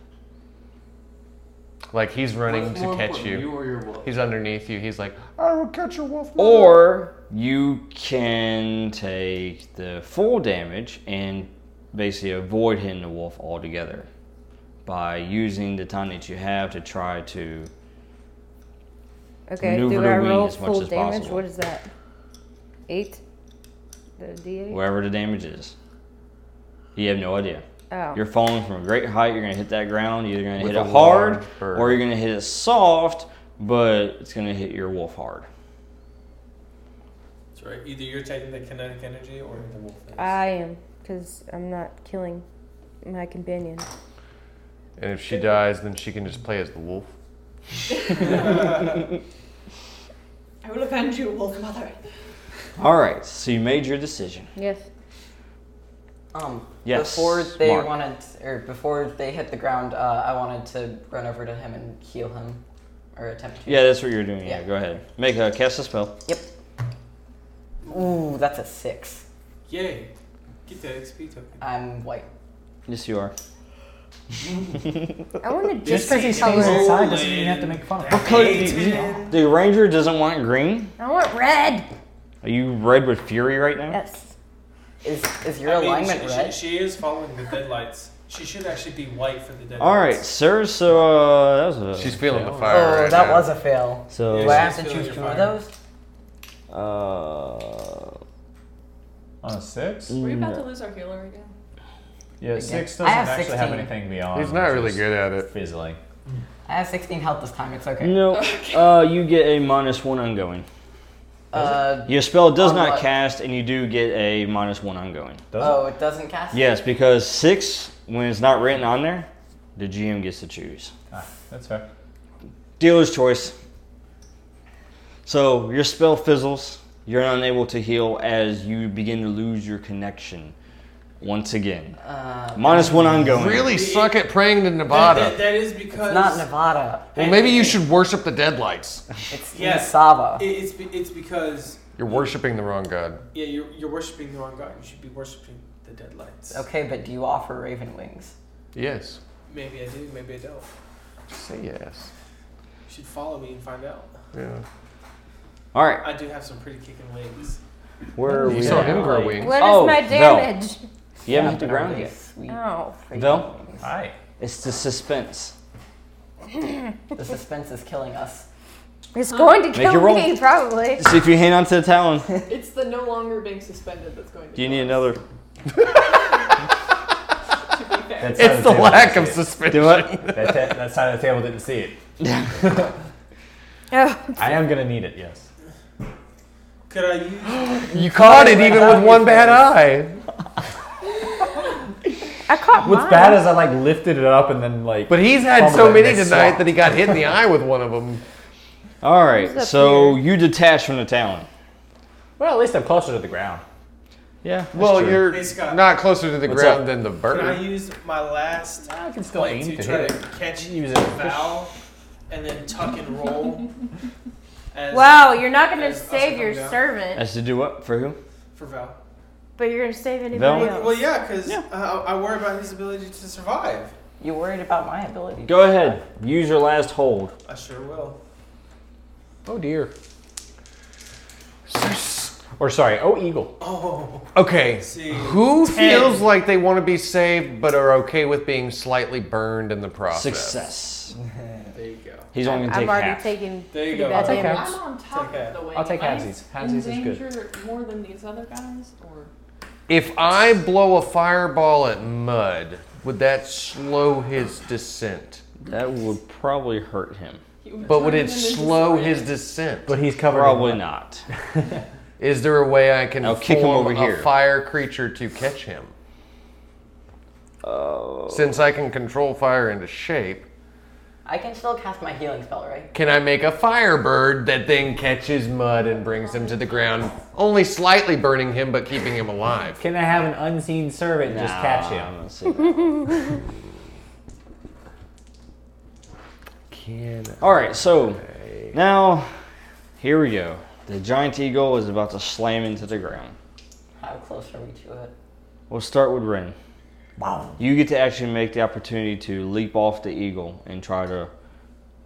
Speaker 1: Like he's running
Speaker 7: What's
Speaker 1: to
Speaker 7: more
Speaker 1: catch
Speaker 7: important,
Speaker 1: you.
Speaker 7: You or your wolf?
Speaker 1: He's underneath you. He's like, I will catch your wolf. mother."
Speaker 4: Or you can take the full damage and basically avoid hitting the wolf altogether by using the time that you have to try to.
Speaker 2: Okay,
Speaker 4: Maneuver
Speaker 2: do
Speaker 4: the
Speaker 2: I
Speaker 4: wing
Speaker 2: roll
Speaker 4: as much
Speaker 2: full
Speaker 4: as
Speaker 2: damage?
Speaker 4: possible.
Speaker 2: What is that? Eight. The D8?
Speaker 4: wherever the damage is. You have no idea.
Speaker 2: Oh.
Speaker 4: You're falling from a great height. You're gonna hit that ground. You're either gonna
Speaker 1: With
Speaker 4: hit
Speaker 1: a
Speaker 4: it hard,
Speaker 1: large bird.
Speaker 4: or you're gonna hit it soft, but it's gonna hit your wolf hard.
Speaker 3: That's right. Either you're taking the kinetic energy or the wolf. is.
Speaker 6: Uh,
Speaker 2: I am, because I'm not killing my companion.
Speaker 1: And if she dies, then she can just play as the wolf.
Speaker 5: I will avenge you, wolf mother.
Speaker 1: Hmm.
Speaker 4: All right. So you made your decision.
Speaker 2: Yes.
Speaker 6: Um,
Speaker 4: Yes,
Speaker 6: Before they
Speaker 4: Mark.
Speaker 6: wanted, or before they hit the ground, uh, I wanted to run over to him and heal him, or attempt to.
Speaker 4: Yeah, that's what you're doing. Yeah.
Speaker 6: Yeah.
Speaker 4: Go ahead. Make a cast a spell.
Speaker 6: Yep. Ooh, that's a six.
Speaker 3: Yay! Get the XP token.
Speaker 6: I'm white.
Speaker 4: Yes, you are.
Speaker 2: I want to
Speaker 3: Just
Speaker 2: different
Speaker 3: 'cause he stays
Speaker 2: color.
Speaker 3: inside-
Speaker 8: inside doesn't mean you have to make fun of him.
Speaker 3: Eighteen.
Speaker 4: The ranger doesn't want green.
Speaker 2: I want red.
Speaker 4: Are you red with fury right now?
Speaker 2: Yes.
Speaker 6: Is is your
Speaker 3: I mean,
Speaker 6: alignment
Speaker 3: she,
Speaker 6: red?
Speaker 3: She, she is following the deadlights. She should actually be white for the deadlights.
Speaker 4: All right, sir. So uh, that was a
Speaker 1: She's feeling the fire.
Speaker 6: oh,
Speaker 1: right
Speaker 6: that
Speaker 1: now.
Speaker 6: was a fail.
Speaker 4: So
Speaker 6: Do I
Speaker 3: Yeah,
Speaker 6: have to
Speaker 3: she's
Speaker 6: choose
Speaker 3: feeling
Speaker 6: two
Speaker 3: your
Speaker 6: of
Speaker 3: fire.
Speaker 6: those?
Speaker 4: Uh,
Speaker 8: On a six?
Speaker 5: Were you about to lose our healer again?
Speaker 8: Yeah, six
Speaker 6: I
Speaker 8: doesn't
Speaker 6: have
Speaker 8: actually have
Speaker 6: 16.
Speaker 8: anything beyond.
Speaker 1: He's not really
Speaker 8: just
Speaker 1: good at it.
Speaker 8: Fizzling.
Speaker 6: I have 16 health this time. It's okay.
Speaker 4: no. Uh, you get a minus one ongoing.
Speaker 6: Uh,
Speaker 4: Your spell does
Speaker 6: On
Speaker 4: not
Speaker 6: what?
Speaker 4: cast, and you do get a minus one ongoing.
Speaker 8: Does
Speaker 6: oh, it doesn't cast.
Speaker 4: Yes, because six, when it's not written on there, the GM gets to choose.
Speaker 8: it? Ah, that's fair.
Speaker 4: Dealer's choice. So your spell fizzles. You're unable to heal as you begin to lose your connection once again.
Speaker 6: Uh,
Speaker 4: Minus one ongoing.
Speaker 1: Really suck at praying to
Speaker 3: That- that-
Speaker 1: Nevada.
Speaker 3: that is because
Speaker 6: it's not Nevada.
Speaker 1: Well, maybe you should worship the deadlights.
Speaker 6: It's
Speaker 3: Yeah.
Speaker 6: Masava.
Speaker 3: It, it's be- it's because
Speaker 1: You're worshiping the wrong god.
Speaker 3: yeah you're you're worshiping the wrong god. You should be worshiping the deadlights.
Speaker 6: Okay, but do you offer Raven Wings?
Speaker 1: Yes.
Speaker 3: Maybe I do. Maybe I don't.
Speaker 1: Say yes.
Speaker 3: You should follow me and find out.
Speaker 1: Yeah.
Speaker 4: All right,
Speaker 3: I do have some pretty kicking legs.
Speaker 4: where are
Speaker 1: You
Speaker 4: we?
Speaker 1: saw
Speaker 4: at?
Speaker 1: him grow
Speaker 4: Like-
Speaker 1: wings.
Speaker 2: What is
Speaker 4: Oh,
Speaker 2: my
Speaker 4: no.
Speaker 2: damage?
Speaker 4: You haven't hit the
Speaker 6: But are
Speaker 4: ground
Speaker 6: they
Speaker 4: yet.
Speaker 6: Sweet.
Speaker 2: Oh, freaking
Speaker 4: No.
Speaker 2: goodness.
Speaker 8: Hi.
Speaker 4: It's the suspense.
Speaker 6: The suspense is killing us.
Speaker 2: It's going to
Speaker 4: your
Speaker 2: kill
Speaker 4: roll.
Speaker 2: me, probably.
Speaker 4: See if you hang on to the talon.
Speaker 5: It's the no longer being suspended that's going to.
Speaker 4: Do you need another?
Speaker 8: That side
Speaker 1: It's
Speaker 8: of
Speaker 1: the
Speaker 8: table
Speaker 1: lack
Speaker 8: didn't
Speaker 1: of
Speaker 8: see it.
Speaker 1: suspension.
Speaker 4: Do it.
Speaker 8: That, ta- that side of the table didn't see it.
Speaker 2: Oh,
Speaker 8: I am gonna need it. Yes.
Speaker 3: Could I use?
Speaker 1: You caught it even with one bad eye.
Speaker 2: I caught
Speaker 8: What's
Speaker 2: mine.
Speaker 8: bad is I like lifted it up and then like.
Speaker 1: But he's had
Speaker 8: Fumbled
Speaker 1: so
Speaker 8: it,
Speaker 1: many
Speaker 8: missed
Speaker 1: tonight
Speaker 8: swat.
Speaker 1: that he got hit in the eye with one of them.
Speaker 4: All
Speaker 2: Who's
Speaker 4: right,
Speaker 2: up
Speaker 4: so
Speaker 2: here?
Speaker 4: you detach from the talon.
Speaker 8: well, at least I'm closer to the ground.
Speaker 4: Yeah. that's
Speaker 1: Well,
Speaker 4: true.
Speaker 1: you're
Speaker 3: Hey, Scott.
Speaker 1: not closer to the
Speaker 4: What's
Speaker 1: ground
Speaker 4: up?
Speaker 1: than the
Speaker 3: Could I
Speaker 1: bird.
Speaker 3: use my last
Speaker 8: I can still
Speaker 3: plate
Speaker 8: aim
Speaker 3: to
Speaker 8: to
Speaker 3: try
Speaker 8: hit
Speaker 3: to
Speaker 8: it.
Speaker 3: catch
Speaker 8: Use
Speaker 3: use
Speaker 4: it.
Speaker 3: a foul and then tuck and roll? as-
Speaker 2: Wow, you're not going to
Speaker 3: As us
Speaker 2: save your
Speaker 3: coming down.
Speaker 2: servant,
Speaker 4: As to do what for who?
Speaker 3: for Val.
Speaker 2: but you're going to save anybody
Speaker 4: Velma?
Speaker 2: else.
Speaker 3: Well, yeah, because
Speaker 4: Yeah.
Speaker 3: uh, I worry about his ability to survive.
Speaker 6: You worried about my ability?
Speaker 4: Go ahead. Use your last hold.
Speaker 3: I sure will.
Speaker 1: Oh dear.
Speaker 8: Or sorry, oh eagle.
Speaker 3: Oh,
Speaker 1: Okay.
Speaker 3: see.
Speaker 1: Who feels like they want to be saved but are okay with being slightly burned in the process?
Speaker 4: Success.
Speaker 3: There you go.
Speaker 4: He's only gonna
Speaker 2: I've
Speaker 4: take
Speaker 2: already
Speaker 4: half.
Speaker 2: taken
Speaker 3: There you
Speaker 2: pretty
Speaker 3: go.
Speaker 2: bad
Speaker 8: I'll take
Speaker 2: damage.
Speaker 8: half.
Speaker 5: I'm on top
Speaker 3: Take
Speaker 5: of the wave.
Speaker 8: I'll take
Speaker 5: Am I
Speaker 8: halfsies. Halfsies is
Speaker 5: in
Speaker 8: good.
Speaker 5: danger more than these other guys, or
Speaker 1: If I blow a fireball at mud, would that slow his descent?
Speaker 4: That would probably hurt him.
Speaker 1: But would it slow his descent?
Speaker 8: But he's covered. in-
Speaker 4: Probably not.
Speaker 1: Is there a way I can
Speaker 4: I'll
Speaker 1: form
Speaker 4: kick him over
Speaker 1: a
Speaker 4: here.
Speaker 1: fire creature to catch him?
Speaker 4: Oh.
Speaker 1: Since I can control fire into shape,
Speaker 6: I can still cast my healing spell, right?
Speaker 1: can I make a firebird that then catches mud and brings him to the ground, only slightly burning him but keeping him alive?
Speaker 8: Can I have an unseen servant and just catch him?
Speaker 4: him.
Speaker 1: Can
Speaker 4: All right, so now here we go. The giant eagle is about to slam into the ground.
Speaker 6: How close are we to it?
Speaker 4: We'll start with Ren.
Speaker 8: Wow.
Speaker 4: You get to actually make the opportunity to leap off the eagle and try to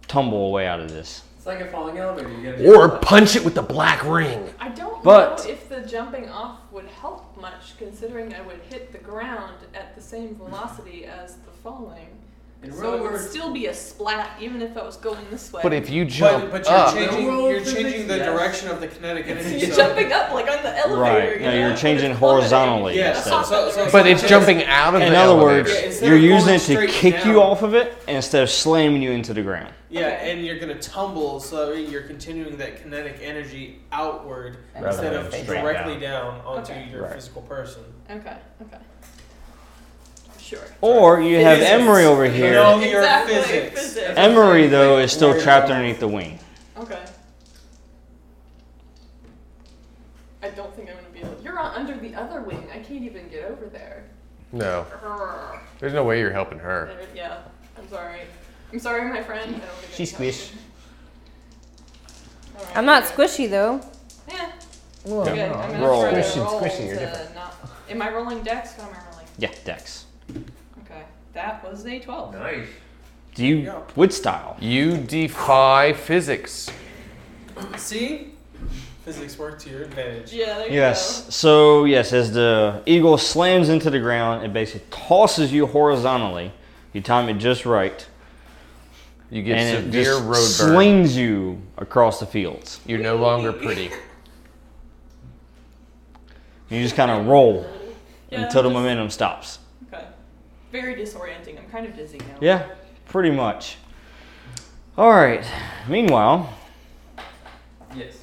Speaker 4: tumble away out of this.
Speaker 7: It's like a falling elevator. You gotta
Speaker 1: or punch it with the black ring.
Speaker 5: I don't
Speaker 4: But-
Speaker 5: know if the jumping off would help much, considering I would hit the ground at the same velocity as the falling.
Speaker 7: In
Speaker 5: So
Speaker 7: real
Speaker 5: it would
Speaker 7: world,
Speaker 5: still be a splat, even if I was going this way.
Speaker 1: But if you
Speaker 3: But,
Speaker 1: jump
Speaker 3: but you're
Speaker 1: up,
Speaker 3: changing
Speaker 7: Roll
Speaker 3: you're changing the
Speaker 7: physics, yes.
Speaker 3: direction of the kinetic energy.
Speaker 5: you're
Speaker 3: so-
Speaker 5: jumping up like on the elevator.
Speaker 4: Right.
Speaker 5: you
Speaker 4: No,
Speaker 5: know,
Speaker 4: you're
Speaker 5: but it's
Speaker 4: changing
Speaker 5: plummeting.
Speaker 4: horizontally.
Speaker 3: Yeah,
Speaker 5: That's
Speaker 3: so,
Speaker 5: not
Speaker 3: so,
Speaker 5: the
Speaker 3: so
Speaker 1: but it's
Speaker 3: just-
Speaker 1: jumping out of
Speaker 4: In
Speaker 1: the
Speaker 4: other
Speaker 1: elevator.
Speaker 4: words,
Speaker 3: Yeah, instead
Speaker 4: you're
Speaker 3: of going
Speaker 4: using it to
Speaker 3: straight
Speaker 4: kick you
Speaker 3: down-
Speaker 4: off of it instead of slamming you into the ground.
Speaker 3: Yeah,
Speaker 5: Okay.
Speaker 3: and you're gonna tumble, so that way you're continuing that kinetic energy outward
Speaker 6: Rather
Speaker 3: instead
Speaker 6: than
Speaker 3: of
Speaker 6: straight
Speaker 3: directly down, onto
Speaker 5: Okay.
Speaker 3: your
Speaker 4: Right.
Speaker 3: physical person.
Speaker 5: Okay, okay. Sure.
Speaker 4: Or you have
Speaker 3: Physics.
Speaker 4: Emery over here.
Speaker 3: Know your
Speaker 5: Exactly,
Speaker 3: physics.
Speaker 5: physics.
Speaker 4: Emery though is still
Speaker 6: Word.
Speaker 4: trapped underneath the wing.
Speaker 5: Okay. I don't think I'm gonna be able. You're on under the other wing. I can't even get over there.
Speaker 1: no,
Speaker 5: Grrr.
Speaker 1: there's no way you're helping her.
Speaker 5: There- Yeah, I'm sorry. I'm sorry, my friend. I don't think I
Speaker 4: She's
Speaker 5: can help
Speaker 4: squished.
Speaker 5: you. All right,
Speaker 2: I'm not
Speaker 5: okay.
Speaker 2: squishy though.
Speaker 5: Yeah.
Speaker 2: Whoa.
Speaker 5: Good. I'm gonna
Speaker 4: Roll.
Speaker 5: roll.
Speaker 1: Squishy,
Speaker 5: roll
Speaker 1: squishy, you're
Speaker 5: to
Speaker 1: different.
Speaker 5: Not, am I rolling dex? What am I rolling?
Speaker 4: Yeah, Dex.
Speaker 5: Okay. That was a 12.
Speaker 7: Nice.
Speaker 4: Do you
Speaker 3: Yeah.
Speaker 4: wood style?
Speaker 1: You defy physics.
Speaker 3: See, physics work to your advantage.
Speaker 5: Yeah, there you
Speaker 4: Yes. So yes, as the eagle slams into the ground, it basically tosses you horizontally. You time it just right,
Speaker 1: You get
Speaker 4: and it
Speaker 1: severe
Speaker 4: just
Speaker 1: road burn.
Speaker 4: slings you across the fields.
Speaker 1: You're no longer pretty.
Speaker 4: You just kind of roll
Speaker 5: go. Yeah,
Speaker 4: until the
Speaker 5: I'm just-
Speaker 4: momentum stops.
Speaker 5: Okay. Very disorienting. I'm kind of dizzy now.
Speaker 4: Yeah, pretty much. All right. Meanwhile,
Speaker 7: Yes.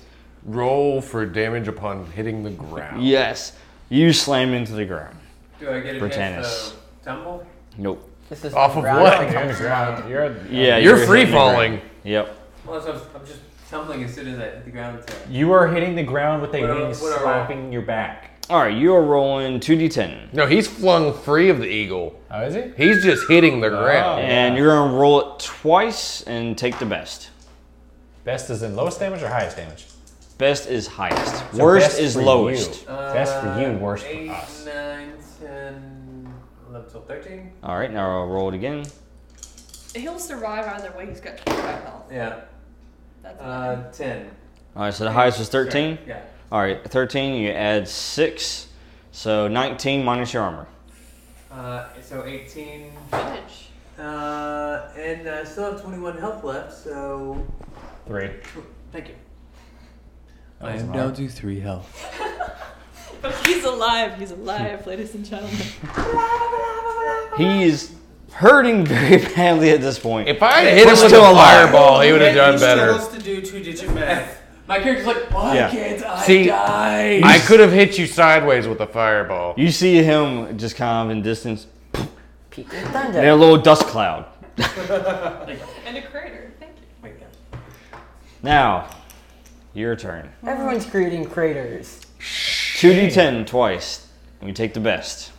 Speaker 1: Roll for damage upon hitting the ground.
Speaker 4: yes, you slam into the ground.
Speaker 7: Do I get a chance
Speaker 4: Britannis.
Speaker 7: to tumble?
Speaker 4: Nope.
Speaker 6: This is
Speaker 1: Off of
Speaker 6: ground
Speaker 1: what?
Speaker 6: that comes wide.
Speaker 8: You're,
Speaker 4: Yeah,
Speaker 1: You're
Speaker 4: hitting
Speaker 1: free
Speaker 4: the ground.
Speaker 1: falling.
Speaker 4: Yep.
Speaker 7: Well, so I'm, I'm just tumbling as soon as I hit the ground. To,
Speaker 8: you are hitting the ground with a
Speaker 7: What are-
Speaker 8: wing
Speaker 7: what are-
Speaker 8: slapping your back.
Speaker 4: All right, you are rolling two d10,
Speaker 1: No, he's flung free of the eagle.
Speaker 8: Oh, is he?
Speaker 1: He's just hitting the ground.
Speaker 4: and you're gonna roll it twice and take the best.
Speaker 8: Best is in lowest damage or highest damage?
Speaker 4: Best is hihighest.
Speaker 8: So
Speaker 4: Worst
Speaker 8: best
Speaker 4: is
Speaker 8: for you.
Speaker 4: lowest.
Speaker 8: Best for you,
Speaker 7: Uh,
Speaker 8: worst
Speaker 7: eight,
Speaker 8: for us.
Speaker 7: nine, 10, 11, 12, 13.
Speaker 4: All right, now I'll roll it again.
Speaker 5: He'll survive either way. He's got 25 health.
Speaker 7: Yeah.
Speaker 5: That's
Speaker 7: Uh, 10.
Speaker 4: All right, so the highest was 13.
Speaker 7: Sorry, Yeah.
Speaker 4: All right, 13, you add 6. So 19 minus your armor.
Speaker 7: Uh, so 18.
Speaker 5: Fudge.
Speaker 7: Uh, and I still have 21 health left, so.
Speaker 8: Three.
Speaker 7: Thank you.
Speaker 8: That wasn't hard.
Speaker 7: to 3 health.
Speaker 5: But he's alive. He's alive, ladies and gentlemen.
Speaker 4: He is hurting very badly at this point.
Speaker 1: If I had hit him with a
Speaker 4: still alive.
Speaker 1: fireball, he would have done
Speaker 3: he
Speaker 1: better.
Speaker 3: Still has to do two-digit math.
Speaker 7: My character's like, why
Speaker 4: Yeah.
Speaker 7: can't I
Speaker 1: See,
Speaker 7: die?
Speaker 1: I could have hit you sideways with a fireball.
Speaker 4: You see him just kind of in distance,
Speaker 6: Peak of thunder.
Speaker 4: and a little dust cloud.
Speaker 5: and a crater. Thank you.
Speaker 7: Wait, no.
Speaker 4: Now, your turn.
Speaker 6: Everyone's creating craters.
Speaker 4: 2d10 twice, and you take the best.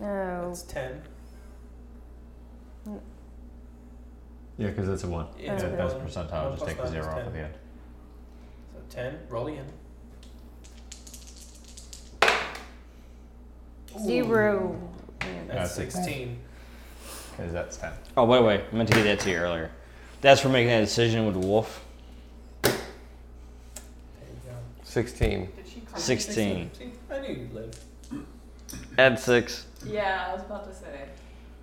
Speaker 2: No.
Speaker 3: It's ten.
Speaker 8: Yeah, because it's a one.
Speaker 3: Yeah,
Speaker 2: it's a
Speaker 8: best
Speaker 3: one.
Speaker 8: percentile.
Speaker 3: One
Speaker 8: Just
Speaker 3: plus
Speaker 8: take the
Speaker 3: five is
Speaker 8: zero off
Speaker 3: 10.
Speaker 8: at the end.
Speaker 3: So ten. Roll again.
Speaker 2: Zero.
Speaker 3: That's
Speaker 8: That's a
Speaker 3: sixteen.
Speaker 8: Because that's ten.
Speaker 4: Oh, wait, wait. I meant to get that to you earlier. That's for making that decision with the wolf.
Speaker 3: There you go.
Speaker 1: 16.
Speaker 5: Did she
Speaker 4: 16.
Speaker 3: See, I knew you'd live.
Speaker 4: Add 6.
Speaker 5: Yeah, I was about to say.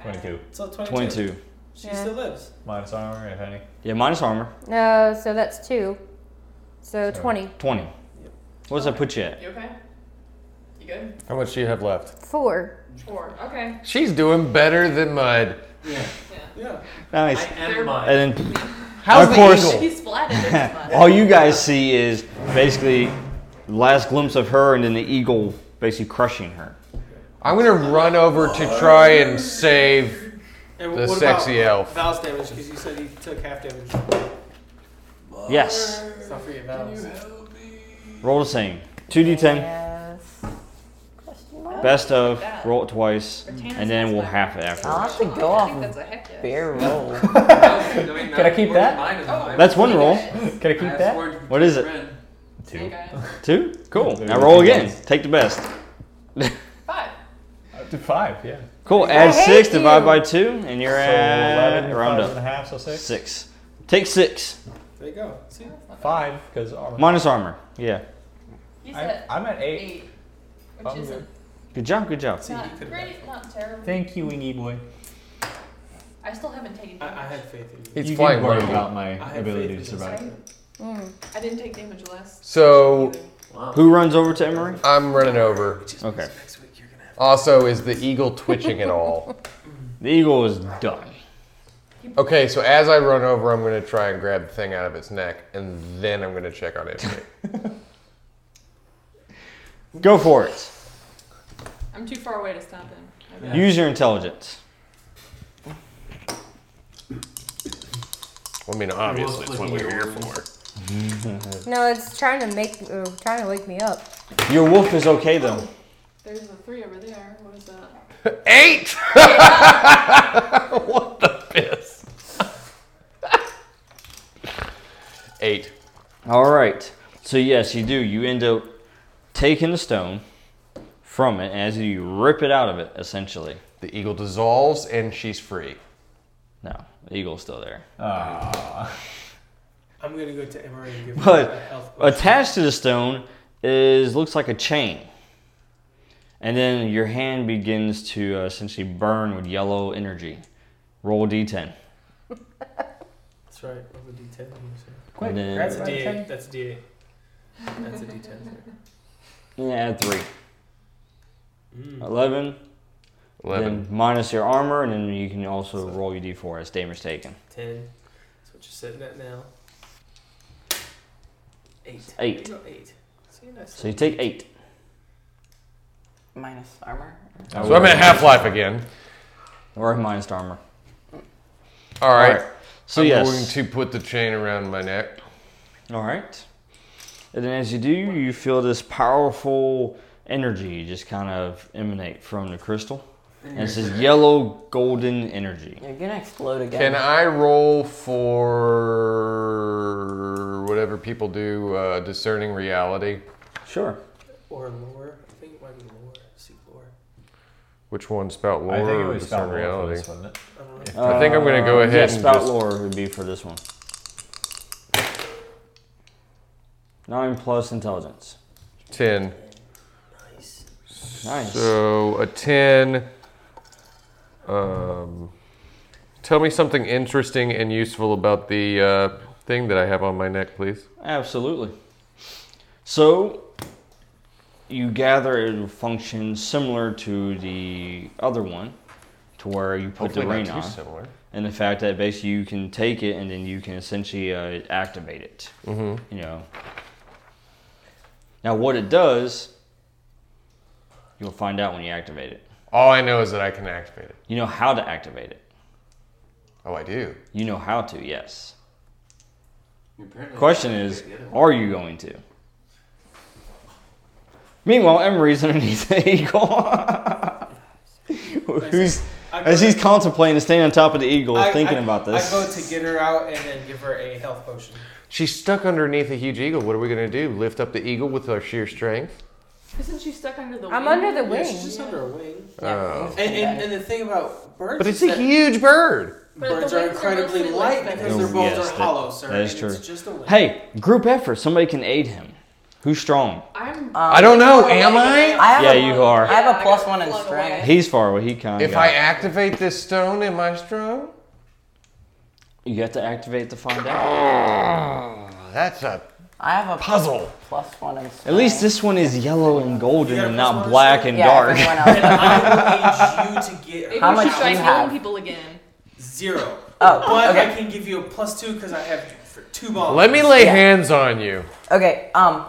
Speaker 8: Twenty-two.
Speaker 3: So 22.
Speaker 4: 22.
Speaker 3: She
Speaker 2: Yeah.
Speaker 3: still lives.
Speaker 8: Minus armor, if any.
Speaker 4: Yeah, minus armor.
Speaker 2: No, so that's two. So,
Speaker 8: So-
Speaker 2: 20.
Speaker 4: 20. What does that put you at?
Speaker 5: You okay? You good?
Speaker 1: How much do you have left?
Speaker 2: Four.
Speaker 5: Four. Okay.
Speaker 1: She's doing better than Mud.
Speaker 7: Yeah.
Speaker 3: Yeah.
Speaker 4: Nice.
Speaker 7: I am mine.
Speaker 4: And then
Speaker 1: How's
Speaker 4: Of
Speaker 1: the
Speaker 4: course.
Speaker 1: eagle?
Speaker 5: He's flattened. It's fine.
Speaker 4: all you guys see is basically the last glimpse of her and then the eagle basically crushing her.
Speaker 1: I'm gonna run over to try and save.
Speaker 3: And
Speaker 1: The
Speaker 3: what
Speaker 1: sexy
Speaker 3: about
Speaker 1: elf.
Speaker 3: Val's damage, because you said he took half damage.
Speaker 4: Yes.
Speaker 3: It's not for you, Val's.
Speaker 4: Roll the same. 2d10.
Speaker 2: Yes. Question mark?
Speaker 4: Best of, roll it twice, and then we'll half it
Speaker 6: I'll
Speaker 4: after.
Speaker 6: have to go
Speaker 5: I
Speaker 6: off
Speaker 5: think that's
Speaker 6: of
Speaker 5: a heck yes.
Speaker 6: bare roll.
Speaker 7: I mean,
Speaker 8: Can I keep
Speaker 7: yours
Speaker 8: that?
Speaker 7: is Mine is
Speaker 5: Oh.
Speaker 7: mine.
Speaker 4: That's one roll.
Speaker 8: Can I
Speaker 7: I
Speaker 8: keep
Speaker 7: have
Speaker 8: that?
Speaker 7: sworn to
Speaker 4: What is
Speaker 7: protect
Speaker 4: it?
Speaker 7: my friend.
Speaker 5: Hey,
Speaker 8: Two.
Speaker 5: guys.
Speaker 4: Two? Cool. Now roll again. Take the best.
Speaker 5: Five.
Speaker 8: Up to five, yeah.
Speaker 4: Cool.
Speaker 2: I
Speaker 4: Add
Speaker 2: hate
Speaker 4: 6, divide
Speaker 2: you.
Speaker 4: by 2, and you're
Speaker 8: So
Speaker 4: at.
Speaker 8: eleven,
Speaker 4: Round
Speaker 8: and a
Speaker 4: up.
Speaker 8: half, so six.
Speaker 4: 6. Take 6.
Speaker 3: There you go. See?
Speaker 8: Five, because armor.
Speaker 4: Minus armor. Yeah.
Speaker 5: You
Speaker 8: I,
Speaker 5: said
Speaker 8: I'm at eight.
Speaker 5: eight.
Speaker 8: I'm
Speaker 5: which isn't
Speaker 4: Good job, good job.
Speaker 3: See, he
Speaker 5: not
Speaker 3: could
Speaker 5: great, not terrible.
Speaker 8: Thank you, Wingy Boy.
Speaker 5: I still haven't taken
Speaker 3: I,
Speaker 5: damage.
Speaker 3: I had faith in you.
Speaker 1: It's
Speaker 8: you
Speaker 1: flight
Speaker 8: didn't worry
Speaker 1: level.
Speaker 8: about my
Speaker 3: I had
Speaker 8: ability
Speaker 3: faith
Speaker 8: to
Speaker 3: in you.
Speaker 8: survive.
Speaker 2: Mm.
Speaker 5: I didn't take damage last.
Speaker 1: So
Speaker 5: either.
Speaker 7: Wow.
Speaker 4: Who runs over to Emery?
Speaker 1: I'm running over.
Speaker 3: Which is
Speaker 4: Okay.
Speaker 3: next week you're gonna have.
Speaker 1: Also, is the eagle twitching at all?
Speaker 4: The eagle is done.
Speaker 1: Okay, so as I run over, I'm going to try and grab the thing out of its neck, and then I'm going to check on it.
Speaker 4: Go for it.
Speaker 5: I'm too far away to stop him.
Speaker 7: Yeah.
Speaker 4: Use your intelligence.
Speaker 1: I mean, obviously, that's what we we're here for.
Speaker 2: No, it's trying to make, uh, trying to wake me up.
Speaker 4: Your wolf is okay though.
Speaker 5: There's a three over there. What is that?
Speaker 1: Eight! what the piss? Eight.
Speaker 4: All right. So yes, you do. You end up taking the stone from it and as you rip it out of it. Essentially,
Speaker 1: The eagle dissolves, and she's free.
Speaker 4: no, the eagle's still there.
Speaker 3: I'm gonna go to Emory and give her
Speaker 4: But
Speaker 3: a health potion.
Speaker 4: attached to the stone is looks like a chain, and then your hand begins to uh, essentially burn with yellow energy. Roll d10.
Speaker 3: That's right. Roll a D10. here, so-
Speaker 4: Quick,
Speaker 3: That's a
Speaker 4: then
Speaker 3: D8. That's a D8. That's a D10. here.
Speaker 4: yeah, add three.
Speaker 3: Mm.
Speaker 4: Eleven.
Speaker 1: Eleven.
Speaker 4: Then minus your armor, and then you can also roll your d4 as damage taken.
Speaker 3: 10. That's what you're sitting at now. 8.
Speaker 4: Eight.
Speaker 3: You go 8. So you're nice.
Speaker 4: So you take eight.
Speaker 6: Minus armor.
Speaker 1: so I'm at half life again.
Speaker 4: Or minus armor.
Speaker 1: All
Speaker 4: All
Speaker 1: right.
Speaker 4: right. So
Speaker 1: I'm
Speaker 4: yes.
Speaker 1: going to put the chain around my neck.
Speaker 4: All right. And then as you do, you feel this powerful energy just kind of emanate from the crystal. And it's this yellow golden energy.
Speaker 6: You're gonna explode again.
Speaker 1: Can I roll for whatever people do, uh, discerning reality?
Speaker 4: Sure.
Speaker 3: Or lore. I think it might be lore. See lore.
Speaker 1: Which one, spout lore
Speaker 8: I think it
Speaker 1: or
Speaker 8: was
Speaker 1: discern
Speaker 8: spell lore for
Speaker 1: reality?
Speaker 8: this, wasn't it?
Speaker 3: I don't know.
Speaker 1: I think I'm gonna go ahead
Speaker 4: yeah,
Speaker 1: and
Speaker 4: Uh, spout
Speaker 1: just-
Speaker 4: lore would be for this one. Nine plus intelligence.
Speaker 1: Ten.
Speaker 4: Nice.
Speaker 1: So a ten. Um, tell me something interesting and useful about the uh, thing that I have on my neck, please.
Speaker 4: Absolutely. So you gather it will function similar to the other one, to where you put the ring on,
Speaker 1: similar.
Speaker 4: and the fact that basically you can take it and then you can essentially uh, activate it.
Speaker 1: Mm-hmm.
Speaker 4: You know. Now what it does, you'll find out when you activate it.
Speaker 1: All I know is that I can activate it.
Speaker 4: You know how to activate it.
Speaker 1: Oh, I do.
Speaker 4: You know how to, yes.
Speaker 7: You apparently-
Speaker 4: Question is,
Speaker 7: Yeah.
Speaker 4: are you going to? Meanwhile, Emery's underneath the eagle. Who's
Speaker 3: I
Speaker 4: as
Speaker 3: go
Speaker 4: he's
Speaker 3: to-
Speaker 4: contemplating to stand on top of the eagle,
Speaker 3: I-
Speaker 4: thinking
Speaker 3: I-
Speaker 4: about
Speaker 3: I
Speaker 4: this.
Speaker 3: go to get her out and then give her a health potion.
Speaker 1: She's stuck underneath a huge eagle. What are we gonna do? Lift up the eagle with our sheer strength?
Speaker 5: Isn't she stuck under the?
Speaker 2: I'm
Speaker 5: wing?
Speaker 2: under the
Speaker 3: Yeah, she's
Speaker 2: wing.
Speaker 3: just under a wing.
Speaker 1: Oh.
Speaker 6: things
Speaker 3: And,
Speaker 6: like
Speaker 3: and,
Speaker 6: that.
Speaker 3: and the thing about birds
Speaker 1: But it's
Speaker 3: is
Speaker 1: a
Speaker 3: that
Speaker 1: huge bird.
Speaker 5: But the
Speaker 3: birds are
Speaker 5: wings are
Speaker 3: incredibly
Speaker 5: mostly like
Speaker 3: light
Speaker 5: that.
Speaker 3: because their
Speaker 4: Oh,
Speaker 3: bones
Speaker 4: yes,
Speaker 3: are
Speaker 4: that-
Speaker 3: hollow, sir.
Speaker 4: that is
Speaker 3: and It's
Speaker 4: true.
Speaker 3: just a wing.
Speaker 4: hey, group effort. Somebody can aid him. Who's strong?
Speaker 5: I'm.
Speaker 6: Um,
Speaker 1: I don't know. Am I?
Speaker 5: Oh
Speaker 6: I have
Speaker 4: Yeah,
Speaker 6: a,
Speaker 4: you are.
Speaker 6: I have
Speaker 5: Yeah,
Speaker 6: a
Speaker 5: I
Speaker 6: plus
Speaker 5: got
Speaker 6: one in
Speaker 5: flung
Speaker 6: strength.
Speaker 5: away.
Speaker 4: He's far away. He kind of.
Speaker 1: If I activate this stone, am I strong?
Speaker 4: you have to activate to find out.
Speaker 1: Oh, that's a
Speaker 6: I have a
Speaker 1: puzzle.
Speaker 6: plus one in strength.
Speaker 4: At least this one is yellow and golden,
Speaker 3: got a
Speaker 4: and
Speaker 3: plus
Speaker 4: not
Speaker 3: one
Speaker 4: black and
Speaker 3: strength?
Speaker 6: yeah,
Speaker 4: dark.
Speaker 6: everyone
Speaker 3: And
Speaker 6: else.
Speaker 3: I will aid you to get her
Speaker 5: Maybe
Speaker 6: How
Speaker 5: we
Speaker 6: much
Speaker 5: should
Speaker 6: do
Speaker 5: try
Speaker 6: you
Speaker 5: healing
Speaker 6: have?
Speaker 5: people again.
Speaker 3: zero.
Speaker 6: Oh,
Speaker 3: But I
Speaker 6: okay.
Speaker 3: can give you a plus two because I have for two bombs.
Speaker 1: Let me lay
Speaker 6: Yeah.
Speaker 1: hands on you.
Speaker 6: Okay. Um.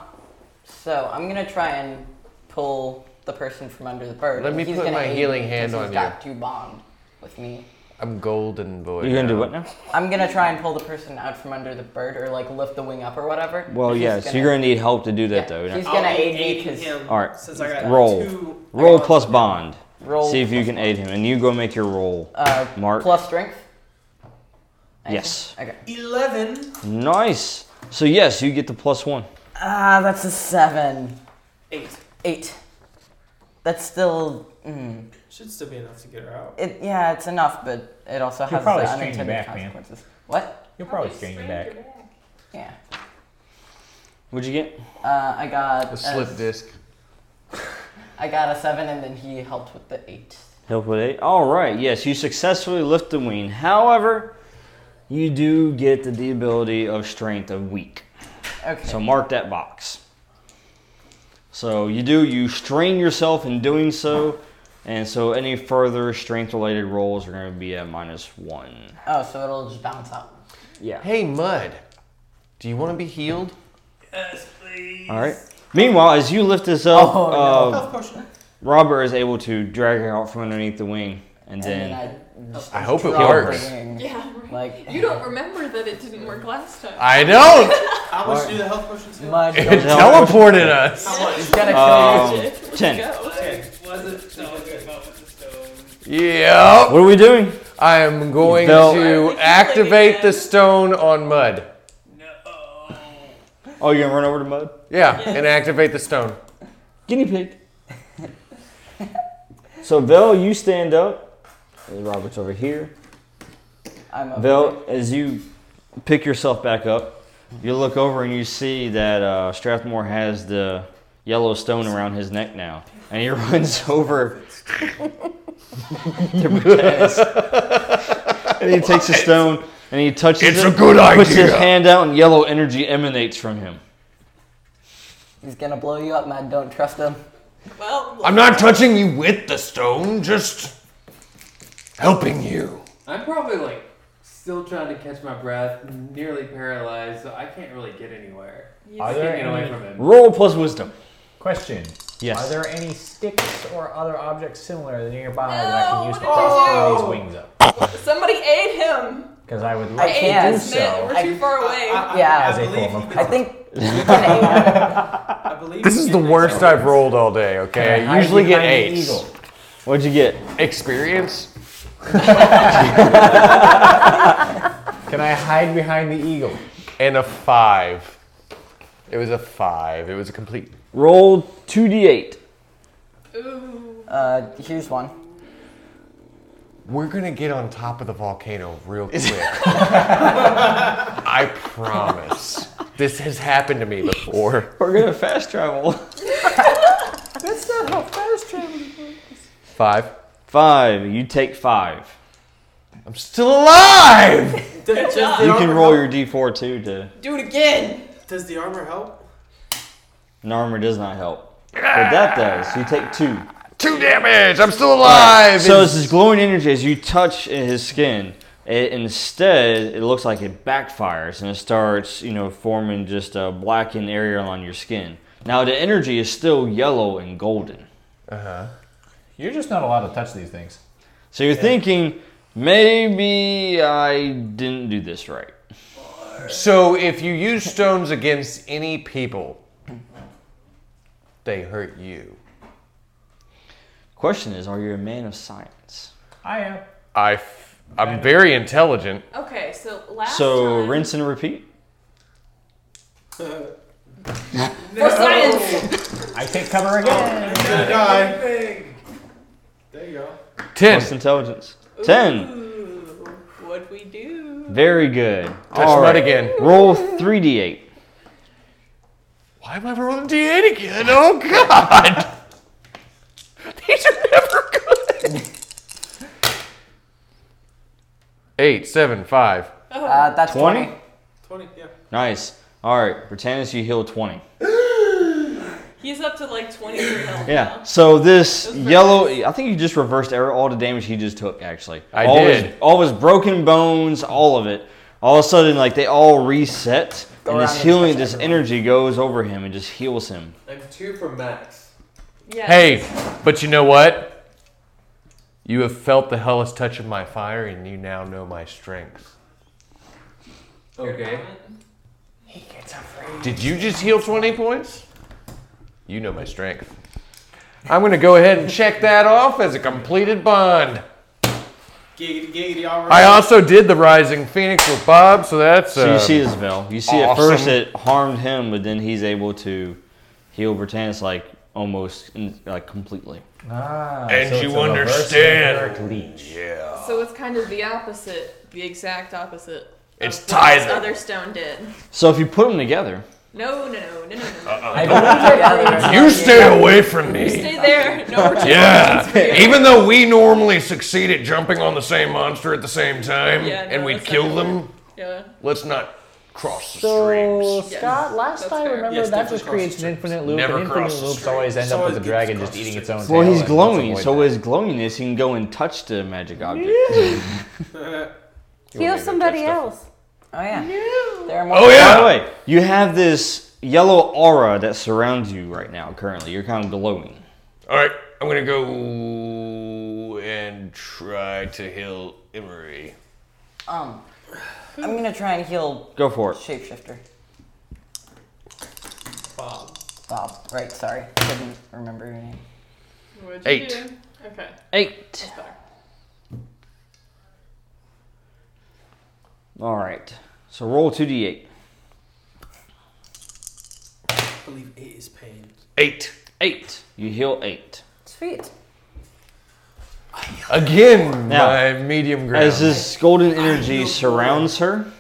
Speaker 6: So I'm gonna try and pull the person from under the bird.
Speaker 1: Let
Speaker 6: and
Speaker 1: me
Speaker 6: he's
Speaker 1: put
Speaker 6: gonna
Speaker 1: my
Speaker 6: aid
Speaker 1: healing
Speaker 6: me 'cause
Speaker 1: hand
Speaker 6: he's
Speaker 1: on
Speaker 6: got to bond with me.
Speaker 1: I'm golden boy.
Speaker 4: You're gonna do
Speaker 1: now.
Speaker 4: what now?
Speaker 6: I'm gonna try and pull the person out from under the bird, or like lift the wing up, or whatever.
Speaker 4: Well,
Speaker 6: He's
Speaker 4: yeah.
Speaker 6: gonna-
Speaker 4: So you're gonna need help to do
Speaker 6: yeah,
Speaker 4: that, though.
Speaker 6: He's
Speaker 3: I'll
Speaker 6: gonna
Speaker 3: be
Speaker 6: aid me
Speaker 3: aiding
Speaker 6: because
Speaker 3: him
Speaker 4: All right,
Speaker 3: Since I got
Speaker 4: roll.
Speaker 3: two
Speaker 4: Roll
Speaker 3: bonds.
Speaker 4: plus bond.
Speaker 6: roll.
Speaker 4: See if you can aid him, and you go make your roll.
Speaker 6: Uh,
Speaker 4: Mark.
Speaker 6: plus strength. I
Speaker 4: Yes.
Speaker 6: think. Okay.
Speaker 3: Eleven.
Speaker 4: Nice. So yes, you get the plus one.
Speaker 6: Ah, that's a seven.
Speaker 3: Eight.
Speaker 6: Eight. That's still. Mm,
Speaker 3: Should still be enough to get her out.
Speaker 6: it yeah, it's enough, but it also has the
Speaker 8: probably strain
Speaker 6: unintended
Speaker 8: your back, man.
Speaker 6: consequences. What?
Speaker 8: You'll probably strain your back.
Speaker 6: Yeah.
Speaker 4: What'd you get?
Speaker 6: Uh, I got
Speaker 1: A slip disc.
Speaker 6: I got a seven, and then he helped with the eight.
Speaker 4: Help with eight. All right. Yes, you successfully lift the wing. However, you do get the ability of strength of weak.
Speaker 6: Okay.
Speaker 4: So mark that box. So you do, you strain yourself in doing so, and so any further strength related rolls are going to be at minus one.
Speaker 6: oh, so it'll just bounce out.
Speaker 4: Yeah.
Speaker 1: Hey, Mud, do you want to be healed?
Speaker 4: All right. Meanwhile, as you lift this up,
Speaker 6: Oh, no.
Speaker 4: uh,
Speaker 3: Health potion.
Speaker 4: Robert is able to drag her out from underneath the wing, and,
Speaker 6: And
Speaker 4: then
Speaker 6: then I, just
Speaker 1: I hope it
Speaker 6: drop the
Speaker 1: works.
Speaker 6: wing.
Speaker 5: Yeah, right.
Speaker 6: Like-
Speaker 5: you don't remember that it didn't work last time.
Speaker 1: I don't.
Speaker 3: How much do the health potions heal?
Speaker 6: Mud goes
Speaker 1: It
Speaker 6: out.
Speaker 1: teleported us.
Speaker 3: How much?
Speaker 6: He's gonna kill
Speaker 4: Um,
Speaker 6: you.
Speaker 5: Let's
Speaker 4: ten.
Speaker 5: go.
Speaker 8: Wasn't so good about the stone.
Speaker 1: Yep.
Speaker 4: what are we doing?
Speaker 1: I am going
Speaker 4: They'll-
Speaker 1: to activate the stone on Mud.
Speaker 8: No.
Speaker 4: Oh, you're gonna run over to Mud?
Speaker 1: Yeah, and activate the stone.
Speaker 4: Guinea pig. so Vel, you stand up. And Robert's over here.
Speaker 6: I'm over.
Speaker 4: Vel, as you pick yourself back up, you look over and you see that uh, Strathmore has the yellow stone around his neck now, and he runs over to Brutez. and he takes the stone and he touches
Speaker 1: It's
Speaker 4: it.
Speaker 1: a good
Speaker 4: Puts his
Speaker 1: idea.
Speaker 4: hand out and yellow energy emanates from him.
Speaker 6: He's gonna blow you up, Mud. Don't trust him.
Speaker 5: Well,
Speaker 1: I'm not touching you with the stone, just helping you.
Speaker 7: I'm probably like still trying to catch my breath, nearly paralyzed, so I can't really get anywhere.
Speaker 8: Are
Speaker 7: I
Speaker 8: there
Speaker 7: can't get away
Speaker 8: any-
Speaker 7: from him.
Speaker 4: Roll plus wisdom.
Speaker 8: Question.
Speaker 4: Yes.
Speaker 8: Are there any sticks or other objects similar nearby that I
Speaker 5: No,
Speaker 8: can use to
Speaker 5: what did you
Speaker 8: throw
Speaker 5: do?
Speaker 8: these wings up?
Speaker 5: somebody aid him.
Speaker 8: Because I would
Speaker 6: I
Speaker 8: like to
Speaker 6: can't.
Speaker 8: do
Speaker 5: Aid Smith,
Speaker 8: so.
Speaker 5: we're too far away.
Speaker 3: I, I,
Speaker 6: Yeah.
Speaker 3: I,
Speaker 8: As
Speaker 3: I
Speaker 8: a
Speaker 3: believe
Speaker 8: form of
Speaker 3: he
Speaker 6: I
Speaker 3: can.
Speaker 6: think you can aim him.
Speaker 3: I believe
Speaker 1: This
Speaker 3: he
Speaker 1: is the
Speaker 3: can make
Speaker 1: worst
Speaker 3: that.
Speaker 1: I've rolled all day, okay? I
Speaker 8: Hide
Speaker 1: usually get
Speaker 8: behind the
Speaker 1: eights.
Speaker 8: eagle.
Speaker 4: What'd you get?
Speaker 1: Experience?
Speaker 8: Can I hide behind the eagle?
Speaker 1: And a five. It was a five. It was a complete.
Speaker 4: Roll two d eight.
Speaker 5: Ooh.
Speaker 6: Uh, here's one.
Speaker 1: We're gonna get on top of the volcano real quick. I promise. This has happened to me before.
Speaker 4: We're gonna fast travel.
Speaker 3: That's not how fast travel.
Speaker 1: Five.
Speaker 4: Five. You take five.
Speaker 1: I'm still alive!
Speaker 3: Does, does the
Speaker 4: You can
Speaker 3: armor
Speaker 4: roll your
Speaker 3: help?
Speaker 4: d4 too. To
Speaker 5: Do it again.
Speaker 3: Does the armor help?
Speaker 4: an armor does not help, but that does. You take two.
Speaker 1: Two damage! I'm still alive!
Speaker 4: So it's this glowing energy as you touch his skin. It, instead, it looks like it backfires and it starts, you know, forming just a blackened area on your skin. Now the energy is still yellow and golden.
Speaker 8: You're just not allowed to touch these things.
Speaker 4: So you're thinking maybe I didn't do this right.
Speaker 1: So if you use stones against any people, they hurt you.
Speaker 4: Question is, are you a man of science?
Speaker 8: I am.
Speaker 1: I, f- I'm very intelligent.
Speaker 5: Okay, so last
Speaker 4: So
Speaker 5: time.
Speaker 4: rinse and repeat.
Speaker 5: For science.
Speaker 8: I take cover again.
Speaker 3: Gonna die. There you go.
Speaker 1: Ten.
Speaker 4: Plus intelligence. Ten.
Speaker 5: Ooh, What'd we do?
Speaker 4: Very good.
Speaker 1: Touch
Speaker 4: All
Speaker 1: mud
Speaker 4: right.
Speaker 1: again.
Speaker 4: Roll 3d8.
Speaker 1: Why am I rolling D8 again? Oh God! These are never good. Eight, seven, five.
Speaker 6: Uh, that's 20.
Speaker 4: 20?
Speaker 3: Twenty. Yeah.
Speaker 4: Nice. All right. Britannis, you heal 20.
Speaker 5: He's up to like 23 health
Speaker 4: Yeah.
Speaker 5: now.
Speaker 4: So this yellow, I think you just reversed error all the damage he just took, actually.
Speaker 1: I
Speaker 4: all His,
Speaker 1: did.
Speaker 4: all his broken bones, all of it. All of a sudden, like they all reset,
Speaker 6: Go
Speaker 4: and
Speaker 6: around
Speaker 4: this
Speaker 6: and
Speaker 4: healing,
Speaker 6: touch
Speaker 4: this energy goes over him and just heals him.
Speaker 7: I'm two from max.
Speaker 5: Yeah.
Speaker 1: Hey, but you know what? You have felt the hellish touch of my fire, and you now know my strength.
Speaker 7: Okay.
Speaker 1: Did you just heal 20 points? You know my strength. I'm going to go ahead and check that off as a completed bond.
Speaker 3: Giggity giggity. All right.
Speaker 1: I also did the Rising Phoenix with Bob, so that's.
Speaker 4: So
Speaker 1: um,
Speaker 4: you see his veil. You see, at first
Speaker 1: awesome.
Speaker 4: it harmed him, but then he's able to heal Britannis like almost like completely.
Speaker 8: Ah,
Speaker 1: And
Speaker 8: so
Speaker 1: you
Speaker 8: it's a reverse
Speaker 1: understand.
Speaker 8: indirect leech.
Speaker 5: So it's kind of the opposite, the exact opposite.
Speaker 1: It's
Speaker 5: of what this
Speaker 1: tithing.
Speaker 5: Other stone did.
Speaker 4: So if you put them together,
Speaker 5: No, no, no, no, no, no.
Speaker 4: Oh.
Speaker 6: I don't think
Speaker 1: You stay away from
Speaker 5: Stay
Speaker 1: me.
Speaker 5: there. No return.
Speaker 1: Yeah. Even though we normally succeed at jumping on the same monster at the same time
Speaker 5: Yeah, no,
Speaker 1: and we
Speaker 5: that's
Speaker 1: kill
Speaker 5: not
Speaker 1: them,
Speaker 5: Yeah.
Speaker 1: let's not cross the
Speaker 8: So,
Speaker 1: streams.
Speaker 5: Yes,
Speaker 8: Scott, last
Speaker 5: that's
Speaker 8: I
Speaker 5: fair.
Speaker 8: remember,
Speaker 3: Yes,
Speaker 8: that
Speaker 3: definitely
Speaker 8: just creates an infinite loop,
Speaker 1: Never
Speaker 8: and infinite
Speaker 1: cross the
Speaker 8: loops
Speaker 1: street.
Speaker 8: always end up
Speaker 3: Someone
Speaker 8: with the
Speaker 3: gets
Speaker 8: dragon
Speaker 3: across
Speaker 8: just
Speaker 3: the
Speaker 8: eating its
Speaker 3: street.
Speaker 8: own
Speaker 4: Well,
Speaker 8: tail.
Speaker 4: he's
Speaker 8: and
Speaker 4: glowing,
Speaker 8: let's
Speaker 4: so
Speaker 8: avoid
Speaker 4: his glowiness, he can go and touch the magic object.
Speaker 2: Heal somebody else.
Speaker 6: Oh yeah. There are more.
Speaker 1: Oh
Speaker 4: By the
Speaker 1: yeah.
Speaker 4: way, you have this yellow aura that surrounds you right now. Currently, you're kind of glowing.
Speaker 1: All right, I'm gonna go and try to heal Emery.
Speaker 6: Um, I'm gonna try and heal
Speaker 4: Go for it.
Speaker 6: shapeshifter.
Speaker 3: Bob.
Speaker 6: Bob. Right. Sorry. Couldn't remember your name.
Speaker 5: What'd
Speaker 1: Eight.
Speaker 5: do? Okay.
Speaker 4: Eight.
Speaker 5: better.
Speaker 4: All right. So roll two d8.
Speaker 3: I believe eight is pain.
Speaker 1: Eight.
Speaker 4: Eight. You heal eight.
Speaker 2: Sweet.
Speaker 1: Again,
Speaker 4: Now,
Speaker 1: my medium ground.
Speaker 4: As this golden energy surrounds her,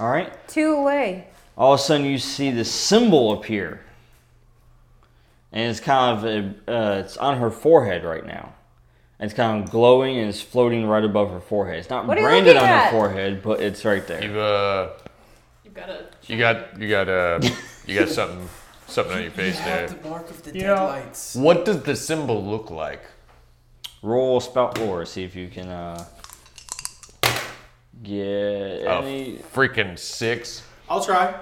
Speaker 4: all right.
Speaker 2: Two away.
Speaker 4: all of a sudden you see this symbol appear and it's kind of uh, it's on her forehead right now and it's kind of glowing and it's floating right above her forehead it's not
Speaker 2: What are you
Speaker 4: branded on
Speaker 2: looking at?
Speaker 4: her forehead but it's right there
Speaker 1: You've, uh,
Speaker 5: You've got a.
Speaker 1: you got you got uh, you got something something on your face there.
Speaker 3: the mark of the
Speaker 8: You
Speaker 3: dead
Speaker 8: know-
Speaker 3: lights.
Speaker 1: What does the symbol look like?
Speaker 4: roll spout lore see if you can uh, get
Speaker 3: Oh.
Speaker 1: A
Speaker 4: any
Speaker 1: freaking six.
Speaker 3: I'll try.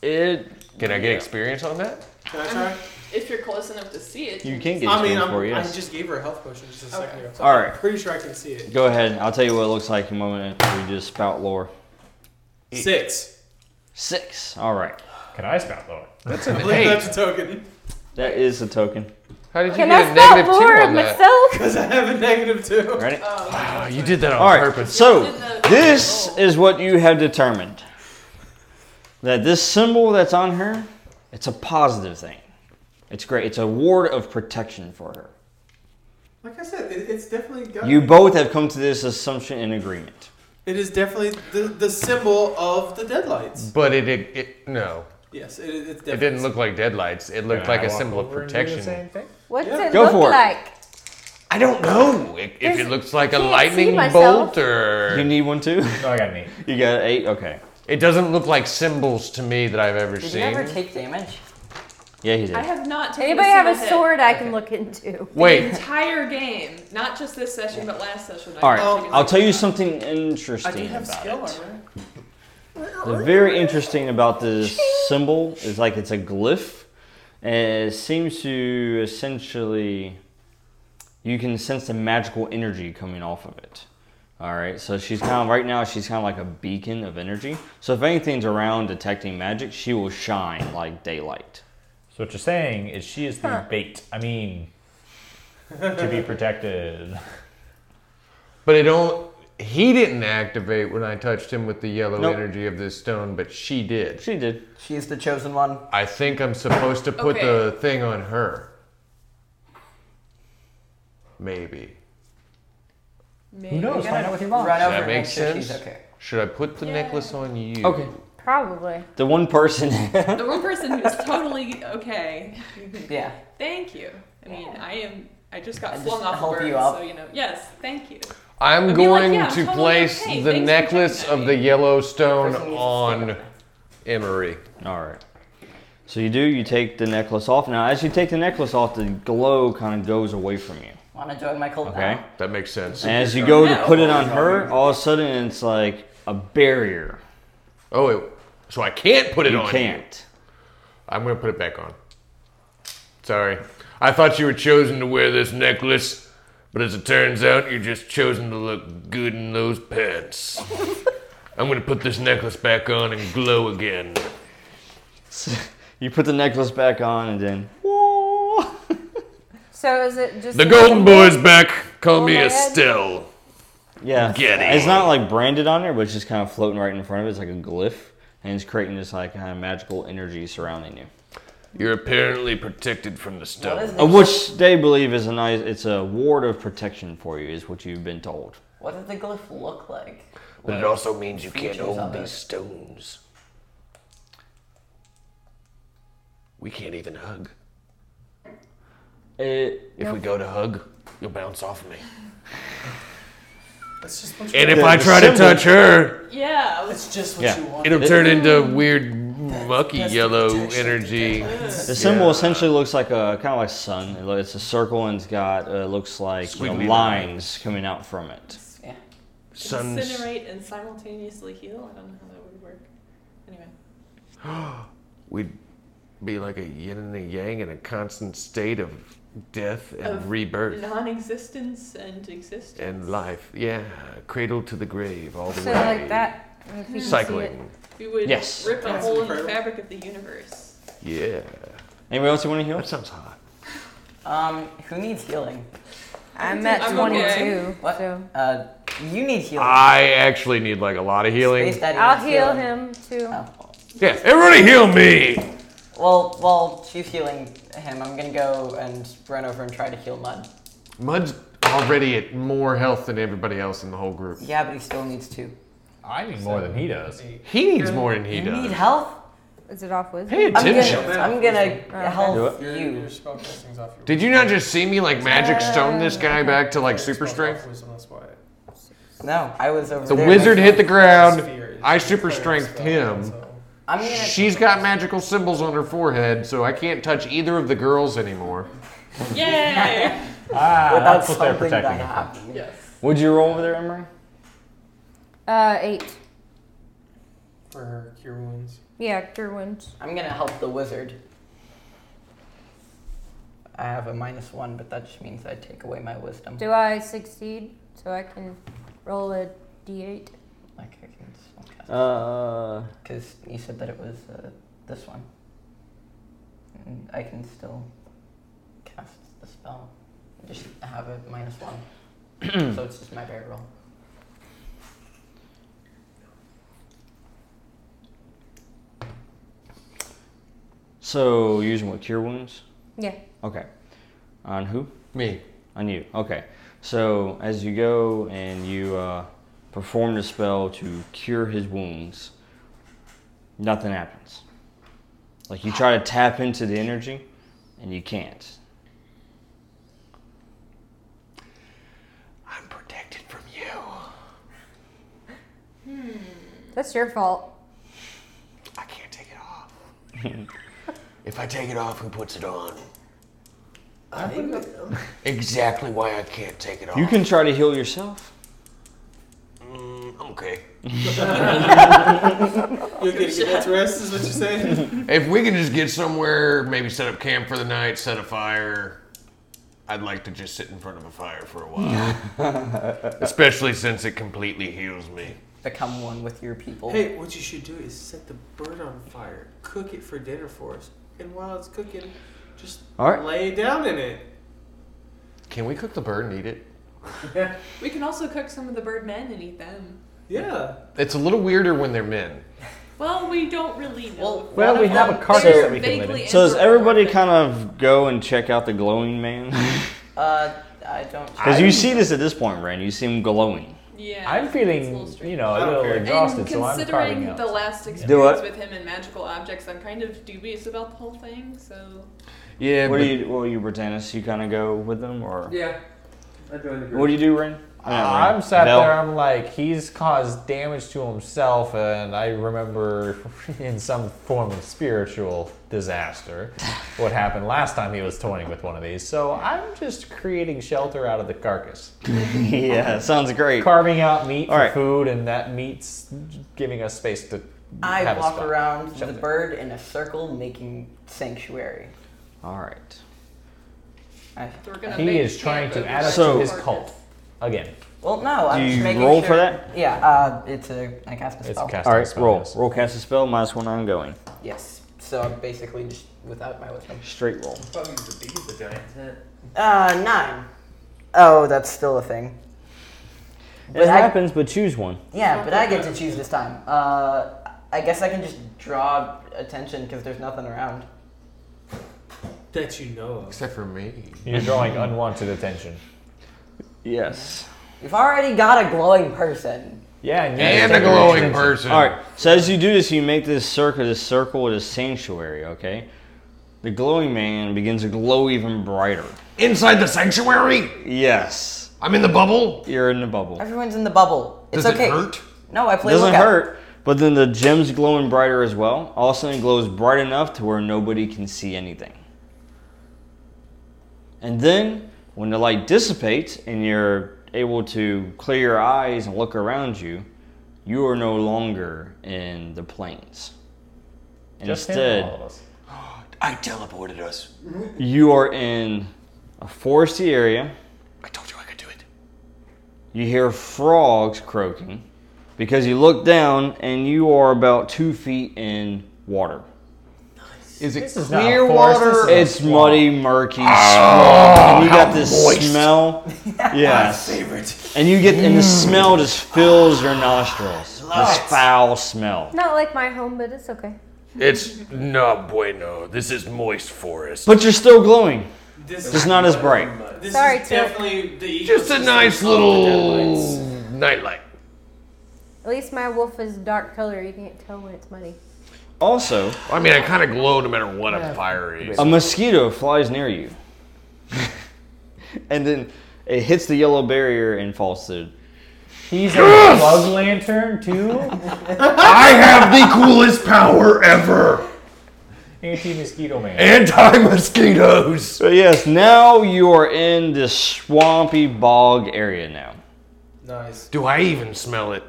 Speaker 4: it
Speaker 1: Can I get experience on that?
Speaker 3: Can I try?
Speaker 5: If you're close enough to see it,
Speaker 4: you can get
Speaker 3: I mean,
Speaker 4: experience
Speaker 3: I'm,
Speaker 4: for it, yes
Speaker 3: I just gave her a health potion just a second
Speaker 5: Okay.
Speaker 3: ago. So
Speaker 4: All right.
Speaker 3: I'm pretty sure I can see it.
Speaker 4: go ahead i'll tell you what it looks like in a moment after we do spout lore
Speaker 3: Six.
Speaker 4: six all right
Speaker 8: Can I spout lore?
Speaker 1: That's an
Speaker 3: I believe
Speaker 1: eight.
Speaker 3: that's a token.
Speaker 4: that is a token
Speaker 1: How did you
Speaker 2: Can
Speaker 1: get
Speaker 2: I
Speaker 1: a
Speaker 2: spell
Speaker 1: negative two
Speaker 2: more
Speaker 1: on
Speaker 2: of
Speaker 1: that?
Speaker 2: myself?
Speaker 3: Because I have a negative two.
Speaker 4: ready
Speaker 1: Wow, Oh, you did that on
Speaker 4: All right.
Speaker 1: purpose.
Speaker 4: So
Speaker 5: Did the-
Speaker 4: this
Speaker 5: Oh.
Speaker 4: is what you have determined that this symbol that's on her, it's a positive thing. It's great. It's a ward of protection for her.
Speaker 3: Like I said, it, it's definitely got
Speaker 4: You both have come to this assumption and agreement.
Speaker 3: It is definitely the, the symbol of the deadlights.
Speaker 1: But it, it, it no,
Speaker 3: Yes, it, it's definitely.
Speaker 1: it didn't look like deadlights. It looked
Speaker 8: Can I
Speaker 1: like a
Speaker 8: walk
Speaker 1: symbol of
Speaker 8: over and do the
Speaker 1: protection.
Speaker 8: same thing?
Speaker 2: What's
Speaker 3: Yeah.
Speaker 2: it
Speaker 4: Go
Speaker 2: look
Speaker 4: for it.
Speaker 2: like?
Speaker 1: I don't know if, if it
Speaker 2: There's-
Speaker 1: looks like a
Speaker 2: can't see
Speaker 1: lightning
Speaker 2: myself.
Speaker 1: bolt or.
Speaker 4: You need one too.
Speaker 8: No, I got an eight.
Speaker 4: You got eight. Okay.
Speaker 1: It doesn't look like symbols to me that I've ever
Speaker 6: Did you
Speaker 1: seen.
Speaker 6: ever take damage?
Speaker 4: Yeah, he did.
Speaker 5: I have not taken
Speaker 2: Anybody have
Speaker 5: single
Speaker 2: a
Speaker 5: hit.
Speaker 2: sword I can look into?
Speaker 5: The
Speaker 1: Wait,
Speaker 5: entire game, not just this session, but last session. I
Speaker 4: All right.
Speaker 3: Oh,
Speaker 4: I'll tell you something
Speaker 3: I do
Speaker 4: interesting
Speaker 3: have
Speaker 4: about
Speaker 3: skill
Speaker 4: it.
Speaker 3: armor.
Speaker 4: The very interesting about this symbol is like it's a glyph, and it seems to essentially you can sense the magical energy coming off of it. All right, so she's kind of right now she's kind of like a beacon of energy. So if anything's around detecting magic, she will shine like daylight.
Speaker 8: So what you're saying is she is the bait. I mean, to be protected.
Speaker 1: but it don't. He didn't activate when I touched him with the yellow
Speaker 4: Nope.
Speaker 1: energy of this stone, but she did.
Speaker 4: She did.
Speaker 6: She is the chosen one.
Speaker 1: I think I'm supposed to put the thing on her. Maybe.
Speaker 5: Maybe.
Speaker 8: knows?
Speaker 6: You're gonna
Speaker 8: Find out with your mom.
Speaker 6: Run
Speaker 1: Does
Speaker 6: over
Speaker 1: that
Speaker 6: and
Speaker 1: make
Speaker 6: make sure
Speaker 1: sense?
Speaker 6: she's okay.
Speaker 1: Should I put the
Speaker 5: Yeah.
Speaker 1: necklace on you?
Speaker 4: Okay.
Speaker 2: Probably.
Speaker 4: The one person.
Speaker 5: The one person who's totally okay.
Speaker 6: Yeah.
Speaker 5: Thank you. I mean, I am. I just got
Speaker 6: I
Speaker 5: flung
Speaker 6: just
Speaker 5: off
Speaker 6: help
Speaker 5: a bird,
Speaker 6: you up.
Speaker 5: so you know. Yes, thank you.
Speaker 1: I'm
Speaker 5: I'd be like,
Speaker 1: going
Speaker 5: yeah, I'm
Speaker 1: to
Speaker 5: totally
Speaker 1: place
Speaker 5: okay.
Speaker 1: the
Speaker 5: Thanks for
Speaker 1: necklace
Speaker 5: checking on
Speaker 1: of the yellow stone
Speaker 6: Person needs to stand
Speaker 1: on
Speaker 6: up.
Speaker 1: Emery.
Speaker 4: All right. So you do. You take the necklace off. Now, as you take the necklace off, the glow kind of goes away from you.
Speaker 6: Wanna join my cult
Speaker 4: Okay.
Speaker 6: now?
Speaker 1: That makes sense.
Speaker 4: And as you go to
Speaker 5: No.
Speaker 4: put it on her, all of a sudden it's like a barrier.
Speaker 1: Oh, wait. So I can't put it
Speaker 4: You
Speaker 1: on you.
Speaker 4: can't.
Speaker 1: I'm going to put it back on. Sorry. I thought you were chosen to wear this necklace, but as it turns out, you're just chosen to look good in those pants. I'm going to put this necklace back on and glow again.
Speaker 4: You put the necklace back on and then. Whoa!
Speaker 2: So is it just
Speaker 1: The
Speaker 2: a
Speaker 1: Golden
Speaker 2: symbol?
Speaker 1: Boy's back. Call
Speaker 2: Oh
Speaker 1: me
Speaker 2: my God.
Speaker 1: Estelle.
Speaker 4: yeah.
Speaker 1: Get it.
Speaker 4: It's not like branded on there, but it's just kind of floating right in front of it. It's like a glyph. And it's creating this like kind of magical energy surrounding you.
Speaker 1: You're apparently protected from the stone.
Speaker 6: What is
Speaker 4: Of
Speaker 6: the,
Speaker 4: which they believe is a nice it's a ward of protection for you, is what you've been told.
Speaker 6: what does the glyph look like?
Speaker 1: But it also means you can't
Speaker 6: Features of
Speaker 1: hold
Speaker 6: it.
Speaker 1: these stones. we can't even hug.
Speaker 4: It,
Speaker 1: If we go to hug, you'll bounce off of me.
Speaker 3: That's just what you
Speaker 1: And if
Speaker 4: Yeah,
Speaker 1: I
Speaker 4: the
Speaker 1: try to
Speaker 4: symbol-
Speaker 1: touch her,
Speaker 5: Yeah. I was-
Speaker 3: That's just what
Speaker 4: Yeah.
Speaker 3: you want.
Speaker 1: it'll
Speaker 4: It-
Speaker 1: turn into weird, mucky
Speaker 3: that's the
Speaker 1: yellow
Speaker 3: protection.
Speaker 1: energy.
Speaker 4: the symbol
Speaker 1: Yeah.
Speaker 4: essentially looks like a kind of like a sun. It lo- It's a circle and it's got uh, looks like you know,
Speaker 1: Squiggly
Speaker 4: lines coming out from it.
Speaker 1: Sun's
Speaker 5: Incinerate and simultaneously heal. I don't know how that would work. Anyway.
Speaker 1: we'd be like a yin and a yang in a constant state of death and
Speaker 5: Of
Speaker 1: rebirth
Speaker 5: Non-existence and existence.
Speaker 1: and life. Yeah, cradle to the grave, all the
Speaker 2: So
Speaker 1: way.
Speaker 2: like that. If you can see it.
Speaker 1: Cycling.
Speaker 5: We would
Speaker 4: Yes.
Speaker 5: rip a
Speaker 3: That's
Speaker 5: hole in the
Speaker 3: incredible.
Speaker 5: fabric of the universe.
Speaker 1: Yeah,
Speaker 4: Anybody else you want to heal?
Speaker 1: that sounds hot.
Speaker 6: Um, who needs healing?
Speaker 2: I'm at
Speaker 5: I'm
Speaker 2: 22,
Speaker 5: okay.
Speaker 6: What?
Speaker 2: so
Speaker 6: Uh, you need healing.
Speaker 1: I actually need like a lot of healing.
Speaker 6: Space Daddy
Speaker 2: I'll
Speaker 6: needs
Speaker 2: heal
Speaker 6: healing.
Speaker 2: him too.
Speaker 6: Oh.
Speaker 1: Yeah, everybody heal me.
Speaker 6: Well, while she's healing him, I'm gonna go and run over and try to heal Mud.
Speaker 1: Mud's already at more health than everybody else in the whole group.
Speaker 6: Yeah, but he still needs two.
Speaker 8: I need more than he does.
Speaker 1: He needs more than he
Speaker 6: You need
Speaker 1: does.
Speaker 6: health?
Speaker 2: Is it off with?
Speaker 1: Pay
Speaker 6: I'm
Speaker 1: attention.
Speaker 6: gonna, I'm gonna help
Speaker 3: Your,
Speaker 6: you.
Speaker 3: your spell casting's off your
Speaker 1: Did you not just see me like magic stone this guy back to like
Speaker 3: your
Speaker 1: super
Speaker 3: spell's
Speaker 1: strength?
Speaker 3: off wisdom, that's why.
Speaker 6: No, I was over
Speaker 1: The
Speaker 6: there.
Speaker 1: wizard hit the
Speaker 3: Sphere
Speaker 1: ground.
Speaker 3: is
Speaker 1: I
Speaker 3: your
Speaker 1: super
Speaker 3: cleric
Speaker 1: strengthed
Speaker 3: spell,
Speaker 1: him.
Speaker 3: so-
Speaker 6: I'm gonna.
Speaker 1: She's got magical symbols on her forehead, so I can't touch either of the girls anymore.
Speaker 5: Yay!
Speaker 8: Ah,
Speaker 6: without
Speaker 8: that's what they're
Speaker 6: something
Speaker 8: protecting
Speaker 6: that
Speaker 8: him from.
Speaker 6: happened.
Speaker 5: yes.
Speaker 4: Would you roll over there, Emery?
Speaker 2: Uh, eight.
Speaker 3: For her cure wounds.
Speaker 2: Yeah, cure wounds.
Speaker 6: I'm gonna help the wizard. I have a minus one, but that just means I take away my wisdom.
Speaker 2: Do I succeed so I can roll a d8?
Speaker 6: Like I can
Speaker 4: Uh,
Speaker 6: Because you said that it was uh, this one. And I can still cast the spell. Just have a minus one. so it's just my bare roll.
Speaker 4: so using what cure wounds?
Speaker 2: Yeah.
Speaker 4: Okay. On who?
Speaker 1: Me.
Speaker 4: On you. Okay. So as you go and you uh, perform the spell to cure his wounds, nothing happens. Like you try to tap into the energy, and you can't.
Speaker 1: I'm protected from you.
Speaker 2: That's your fault.
Speaker 1: I can't take it off. if I take it off, who puts it on?
Speaker 3: I wouldn't-
Speaker 1: Exactly why I can't take it off.
Speaker 4: You can try to heal yourself.
Speaker 1: Mm, okay.
Speaker 3: You're gonna give it to rest, is what you're saying?
Speaker 1: If we could just get somewhere, maybe set up camp for the night, set a fire. I'd like to just sit in front of a fire for a while. Especially since it completely heals me.
Speaker 6: Become one with your people.
Speaker 3: hey, what you should do is set the bird on fire, cook it for dinner for us, and while it's cooking, just
Speaker 4: All right.
Speaker 3: lay down in it.
Speaker 1: Can we cook the bird and eat it?
Speaker 5: We can also cook some of the bird men and eat them.
Speaker 3: Yeah.
Speaker 1: It's a little weirder when they're men.
Speaker 5: Well, we don't really know.
Speaker 6: Well,
Speaker 5: One
Speaker 8: Well,
Speaker 5: of
Speaker 8: we have
Speaker 5: them,
Speaker 8: a carcass
Speaker 5: they're
Speaker 8: that we can live in.
Speaker 5: vaguely
Speaker 4: So does everybody
Speaker 5: anthropomorphic.
Speaker 4: kind of go and check out the glowing man?
Speaker 6: Uh, I don't.
Speaker 4: Because you see this at this point, Ren. You see him glowing.
Speaker 5: Yeah.
Speaker 8: I'm
Speaker 5: it's a little
Speaker 8: feeling,
Speaker 5: strange.
Speaker 8: you know,
Speaker 3: I
Speaker 8: a
Speaker 3: don't
Speaker 8: little
Speaker 3: care. And
Speaker 8: exhausted,
Speaker 5: and
Speaker 8: so I'm
Speaker 5: considering
Speaker 8: carving up.
Speaker 5: the last
Speaker 4: what?
Speaker 5: experience with him and magical objects, I'm kind of dubious about the whole thing. So
Speaker 1: Yeah,
Speaker 4: What do you? What are you, Britannis? You kind of go with them, or
Speaker 7: Yeah. I joined the group.
Speaker 4: what do you do, Ren?
Speaker 8: Uh, I'm sat there. I'm like, he's caused damage to himself, and I remember in some form of spiritual disaster what happened last time he was toying with one of these. So I'm just creating shelter out of the carcass,
Speaker 4: yeah, sounds great.
Speaker 8: carving out meat
Speaker 4: All
Speaker 8: for
Speaker 4: right.
Speaker 8: food, and that meat's giving us space to
Speaker 6: I
Speaker 8: have a
Speaker 6: walk
Speaker 8: spot.
Speaker 6: around
Speaker 8: Shelter.
Speaker 6: the bird in a circle, making sanctuary.
Speaker 4: All right.
Speaker 6: I,
Speaker 5: so we're gonna.
Speaker 8: He
Speaker 5: make
Speaker 8: is trying
Speaker 5: camp
Speaker 8: to
Speaker 5: over
Speaker 8: add us
Speaker 4: So-
Speaker 8: to his cult again.
Speaker 6: well, no, I'm
Speaker 4: Do
Speaker 6: just
Speaker 4: you
Speaker 6: making
Speaker 4: roll
Speaker 6: sure.
Speaker 4: for that?
Speaker 6: Yeah. Uh, it's a. I cast a
Speaker 8: It's
Speaker 6: spell.
Speaker 8: cast
Speaker 4: All right,
Speaker 8: spell,
Speaker 4: roll.
Speaker 8: yes.
Speaker 4: Roll cast a spell minus one ongoing.
Speaker 6: Yes. So I'm basically just without my wisdom.
Speaker 4: Straight roll.
Speaker 7: Probably use the bees, the giant tent.
Speaker 6: Uh, nine. Oh, that's still a thing. But
Speaker 4: it
Speaker 6: I-
Speaker 4: happens, but choose one.
Speaker 6: Yeah, but I get to choose this time. Uh, I guess I can just draw attention because there's nothing around.
Speaker 3: That you know of.
Speaker 1: Except for me.
Speaker 8: You're drawing unwanted attention.
Speaker 4: Yes.
Speaker 6: You've already got a glowing person.
Speaker 8: Yeah, and, you're
Speaker 1: And a
Speaker 8: taking
Speaker 1: glowing
Speaker 8: attention.
Speaker 1: person.
Speaker 4: All right. So as you do this, you make this circle, this circle, this sanctuary. Okay. The glowing man begins to glow even brighter.
Speaker 1: Inside the sanctuary?
Speaker 4: Yes,
Speaker 1: I'm in the bubble?
Speaker 4: you're in the bubble.
Speaker 6: Everyone's in the bubble. It's
Speaker 1: Does
Speaker 6: okay.
Speaker 1: it hurt?
Speaker 6: No, I play
Speaker 4: doesn't
Speaker 6: lookout.
Speaker 4: hurt, but then the gem's glowing brighter as well. All of a sudden, it glows bright enough to where nobody can see anything. And then, when the light dissipates and you're able to clear your eyes and look around you, you are no longer in the planes. And
Speaker 8: Just him or all
Speaker 4: instead,
Speaker 8: of us.
Speaker 1: I teleported us.
Speaker 4: you are in a foresty area.
Speaker 1: I told you I could do it.
Speaker 4: You hear frogs croaking because you look down and you are about two feet in water.
Speaker 1: Is it
Speaker 8: is not a
Speaker 1: clear
Speaker 8: forest,
Speaker 1: water? Ah,
Speaker 8: this is a-
Speaker 4: It's muddy, murky, swamp, and you got this smell. Yes.
Speaker 3: Favorite.
Speaker 4: And you get and the
Speaker 1: Mm.
Speaker 4: smell just fills your nostrils. This foul smell.
Speaker 2: Not like my home, but it's okay.
Speaker 1: It's not bueno. This is moist forest.
Speaker 4: But you're still glowing.
Speaker 3: This
Speaker 4: Just not as bright.
Speaker 3: This
Speaker 2: Sorry,
Speaker 3: is
Speaker 2: Tilt.
Speaker 3: definitely the
Speaker 1: Just a
Speaker 3: ecosystem
Speaker 1: nice
Speaker 3: of the
Speaker 1: little
Speaker 3: Deadlands.
Speaker 1: nightlight.
Speaker 2: At least my wolf is dark color. You can't tell when it's muddy.
Speaker 4: Also,
Speaker 1: I mean, I kind of glow no matter what I'm fiery.
Speaker 4: a mosquito flies near you. and then it hits the yellow barrier and falls to
Speaker 8: He's a plug lantern too.
Speaker 1: I have the coolest power ever.
Speaker 8: Anti-mosquito man.
Speaker 1: Anti mosquitoes.
Speaker 4: But yes, now you are in this swampy bog area now.
Speaker 3: Nice.
Speaker 1: Do I even smell it?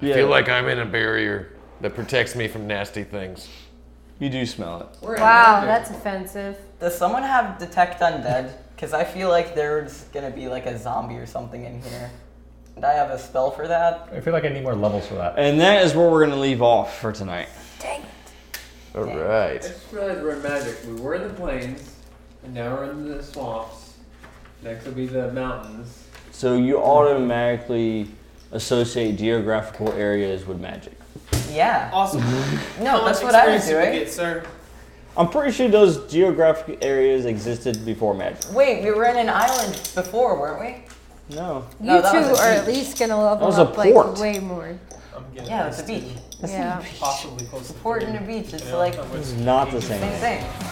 Speaker 1: I feel like I'm in a barrier that protects me from nasty things.
Speaker 4: you do smell it.
Speaker 6: We're in
Speaker 2: Wow,
Speaker 6: London.
Speaker 2: that's offensive.
Speaker 6: Does someone have detect undead? Because I feel like there's gonna be like a zombie or something in here. And I have a spell for that.
Speaker 8: I feel like I need more levels for that.
Speaker 4: And that is where we're going to leave off for tonight.
Speaker 2: Dang.
Speaker 1: All right.
Speaker 7: I just realized we're in magic. We were in the plains, and now we're in the swamps. Next will be the mountains.
Speaker 4: So you automatically associate geographical areas with magic.
Speaker 6: Yeah.
Speaker 3: Awesome.
Speaker 1: Mm-hmm.
Speaker 6: No, that's what I was doing.
Speaker 3: Get, sir.
Speaker 4: I'm pretty sure those geographic areas existed before magic.
Speaker 6: Wait, we were in an island before, weren't we?
Speaker 4: No.
Speaker 2: You
Speaker 6: No, that
Speaker 2: two
Speaker 6: was a
Speaker 2: are at
Speaker 6: beach.
Speaker 2: least gonna level
Speaker 4: was a
Speaker 2: up like
Speaker 4: port.
Speaker 2: way more.
Speaker 3: I'm getting
Speaker 6: Yeah,
Speaker 3: this
Speaker 6: it's a beach.
Speaker 2: Yeah.
Speaker 3: Possibly close to
Speaker 6: Port and a beach. It's like
Speaker 4: It's not the same.
Speaker 6: same thing.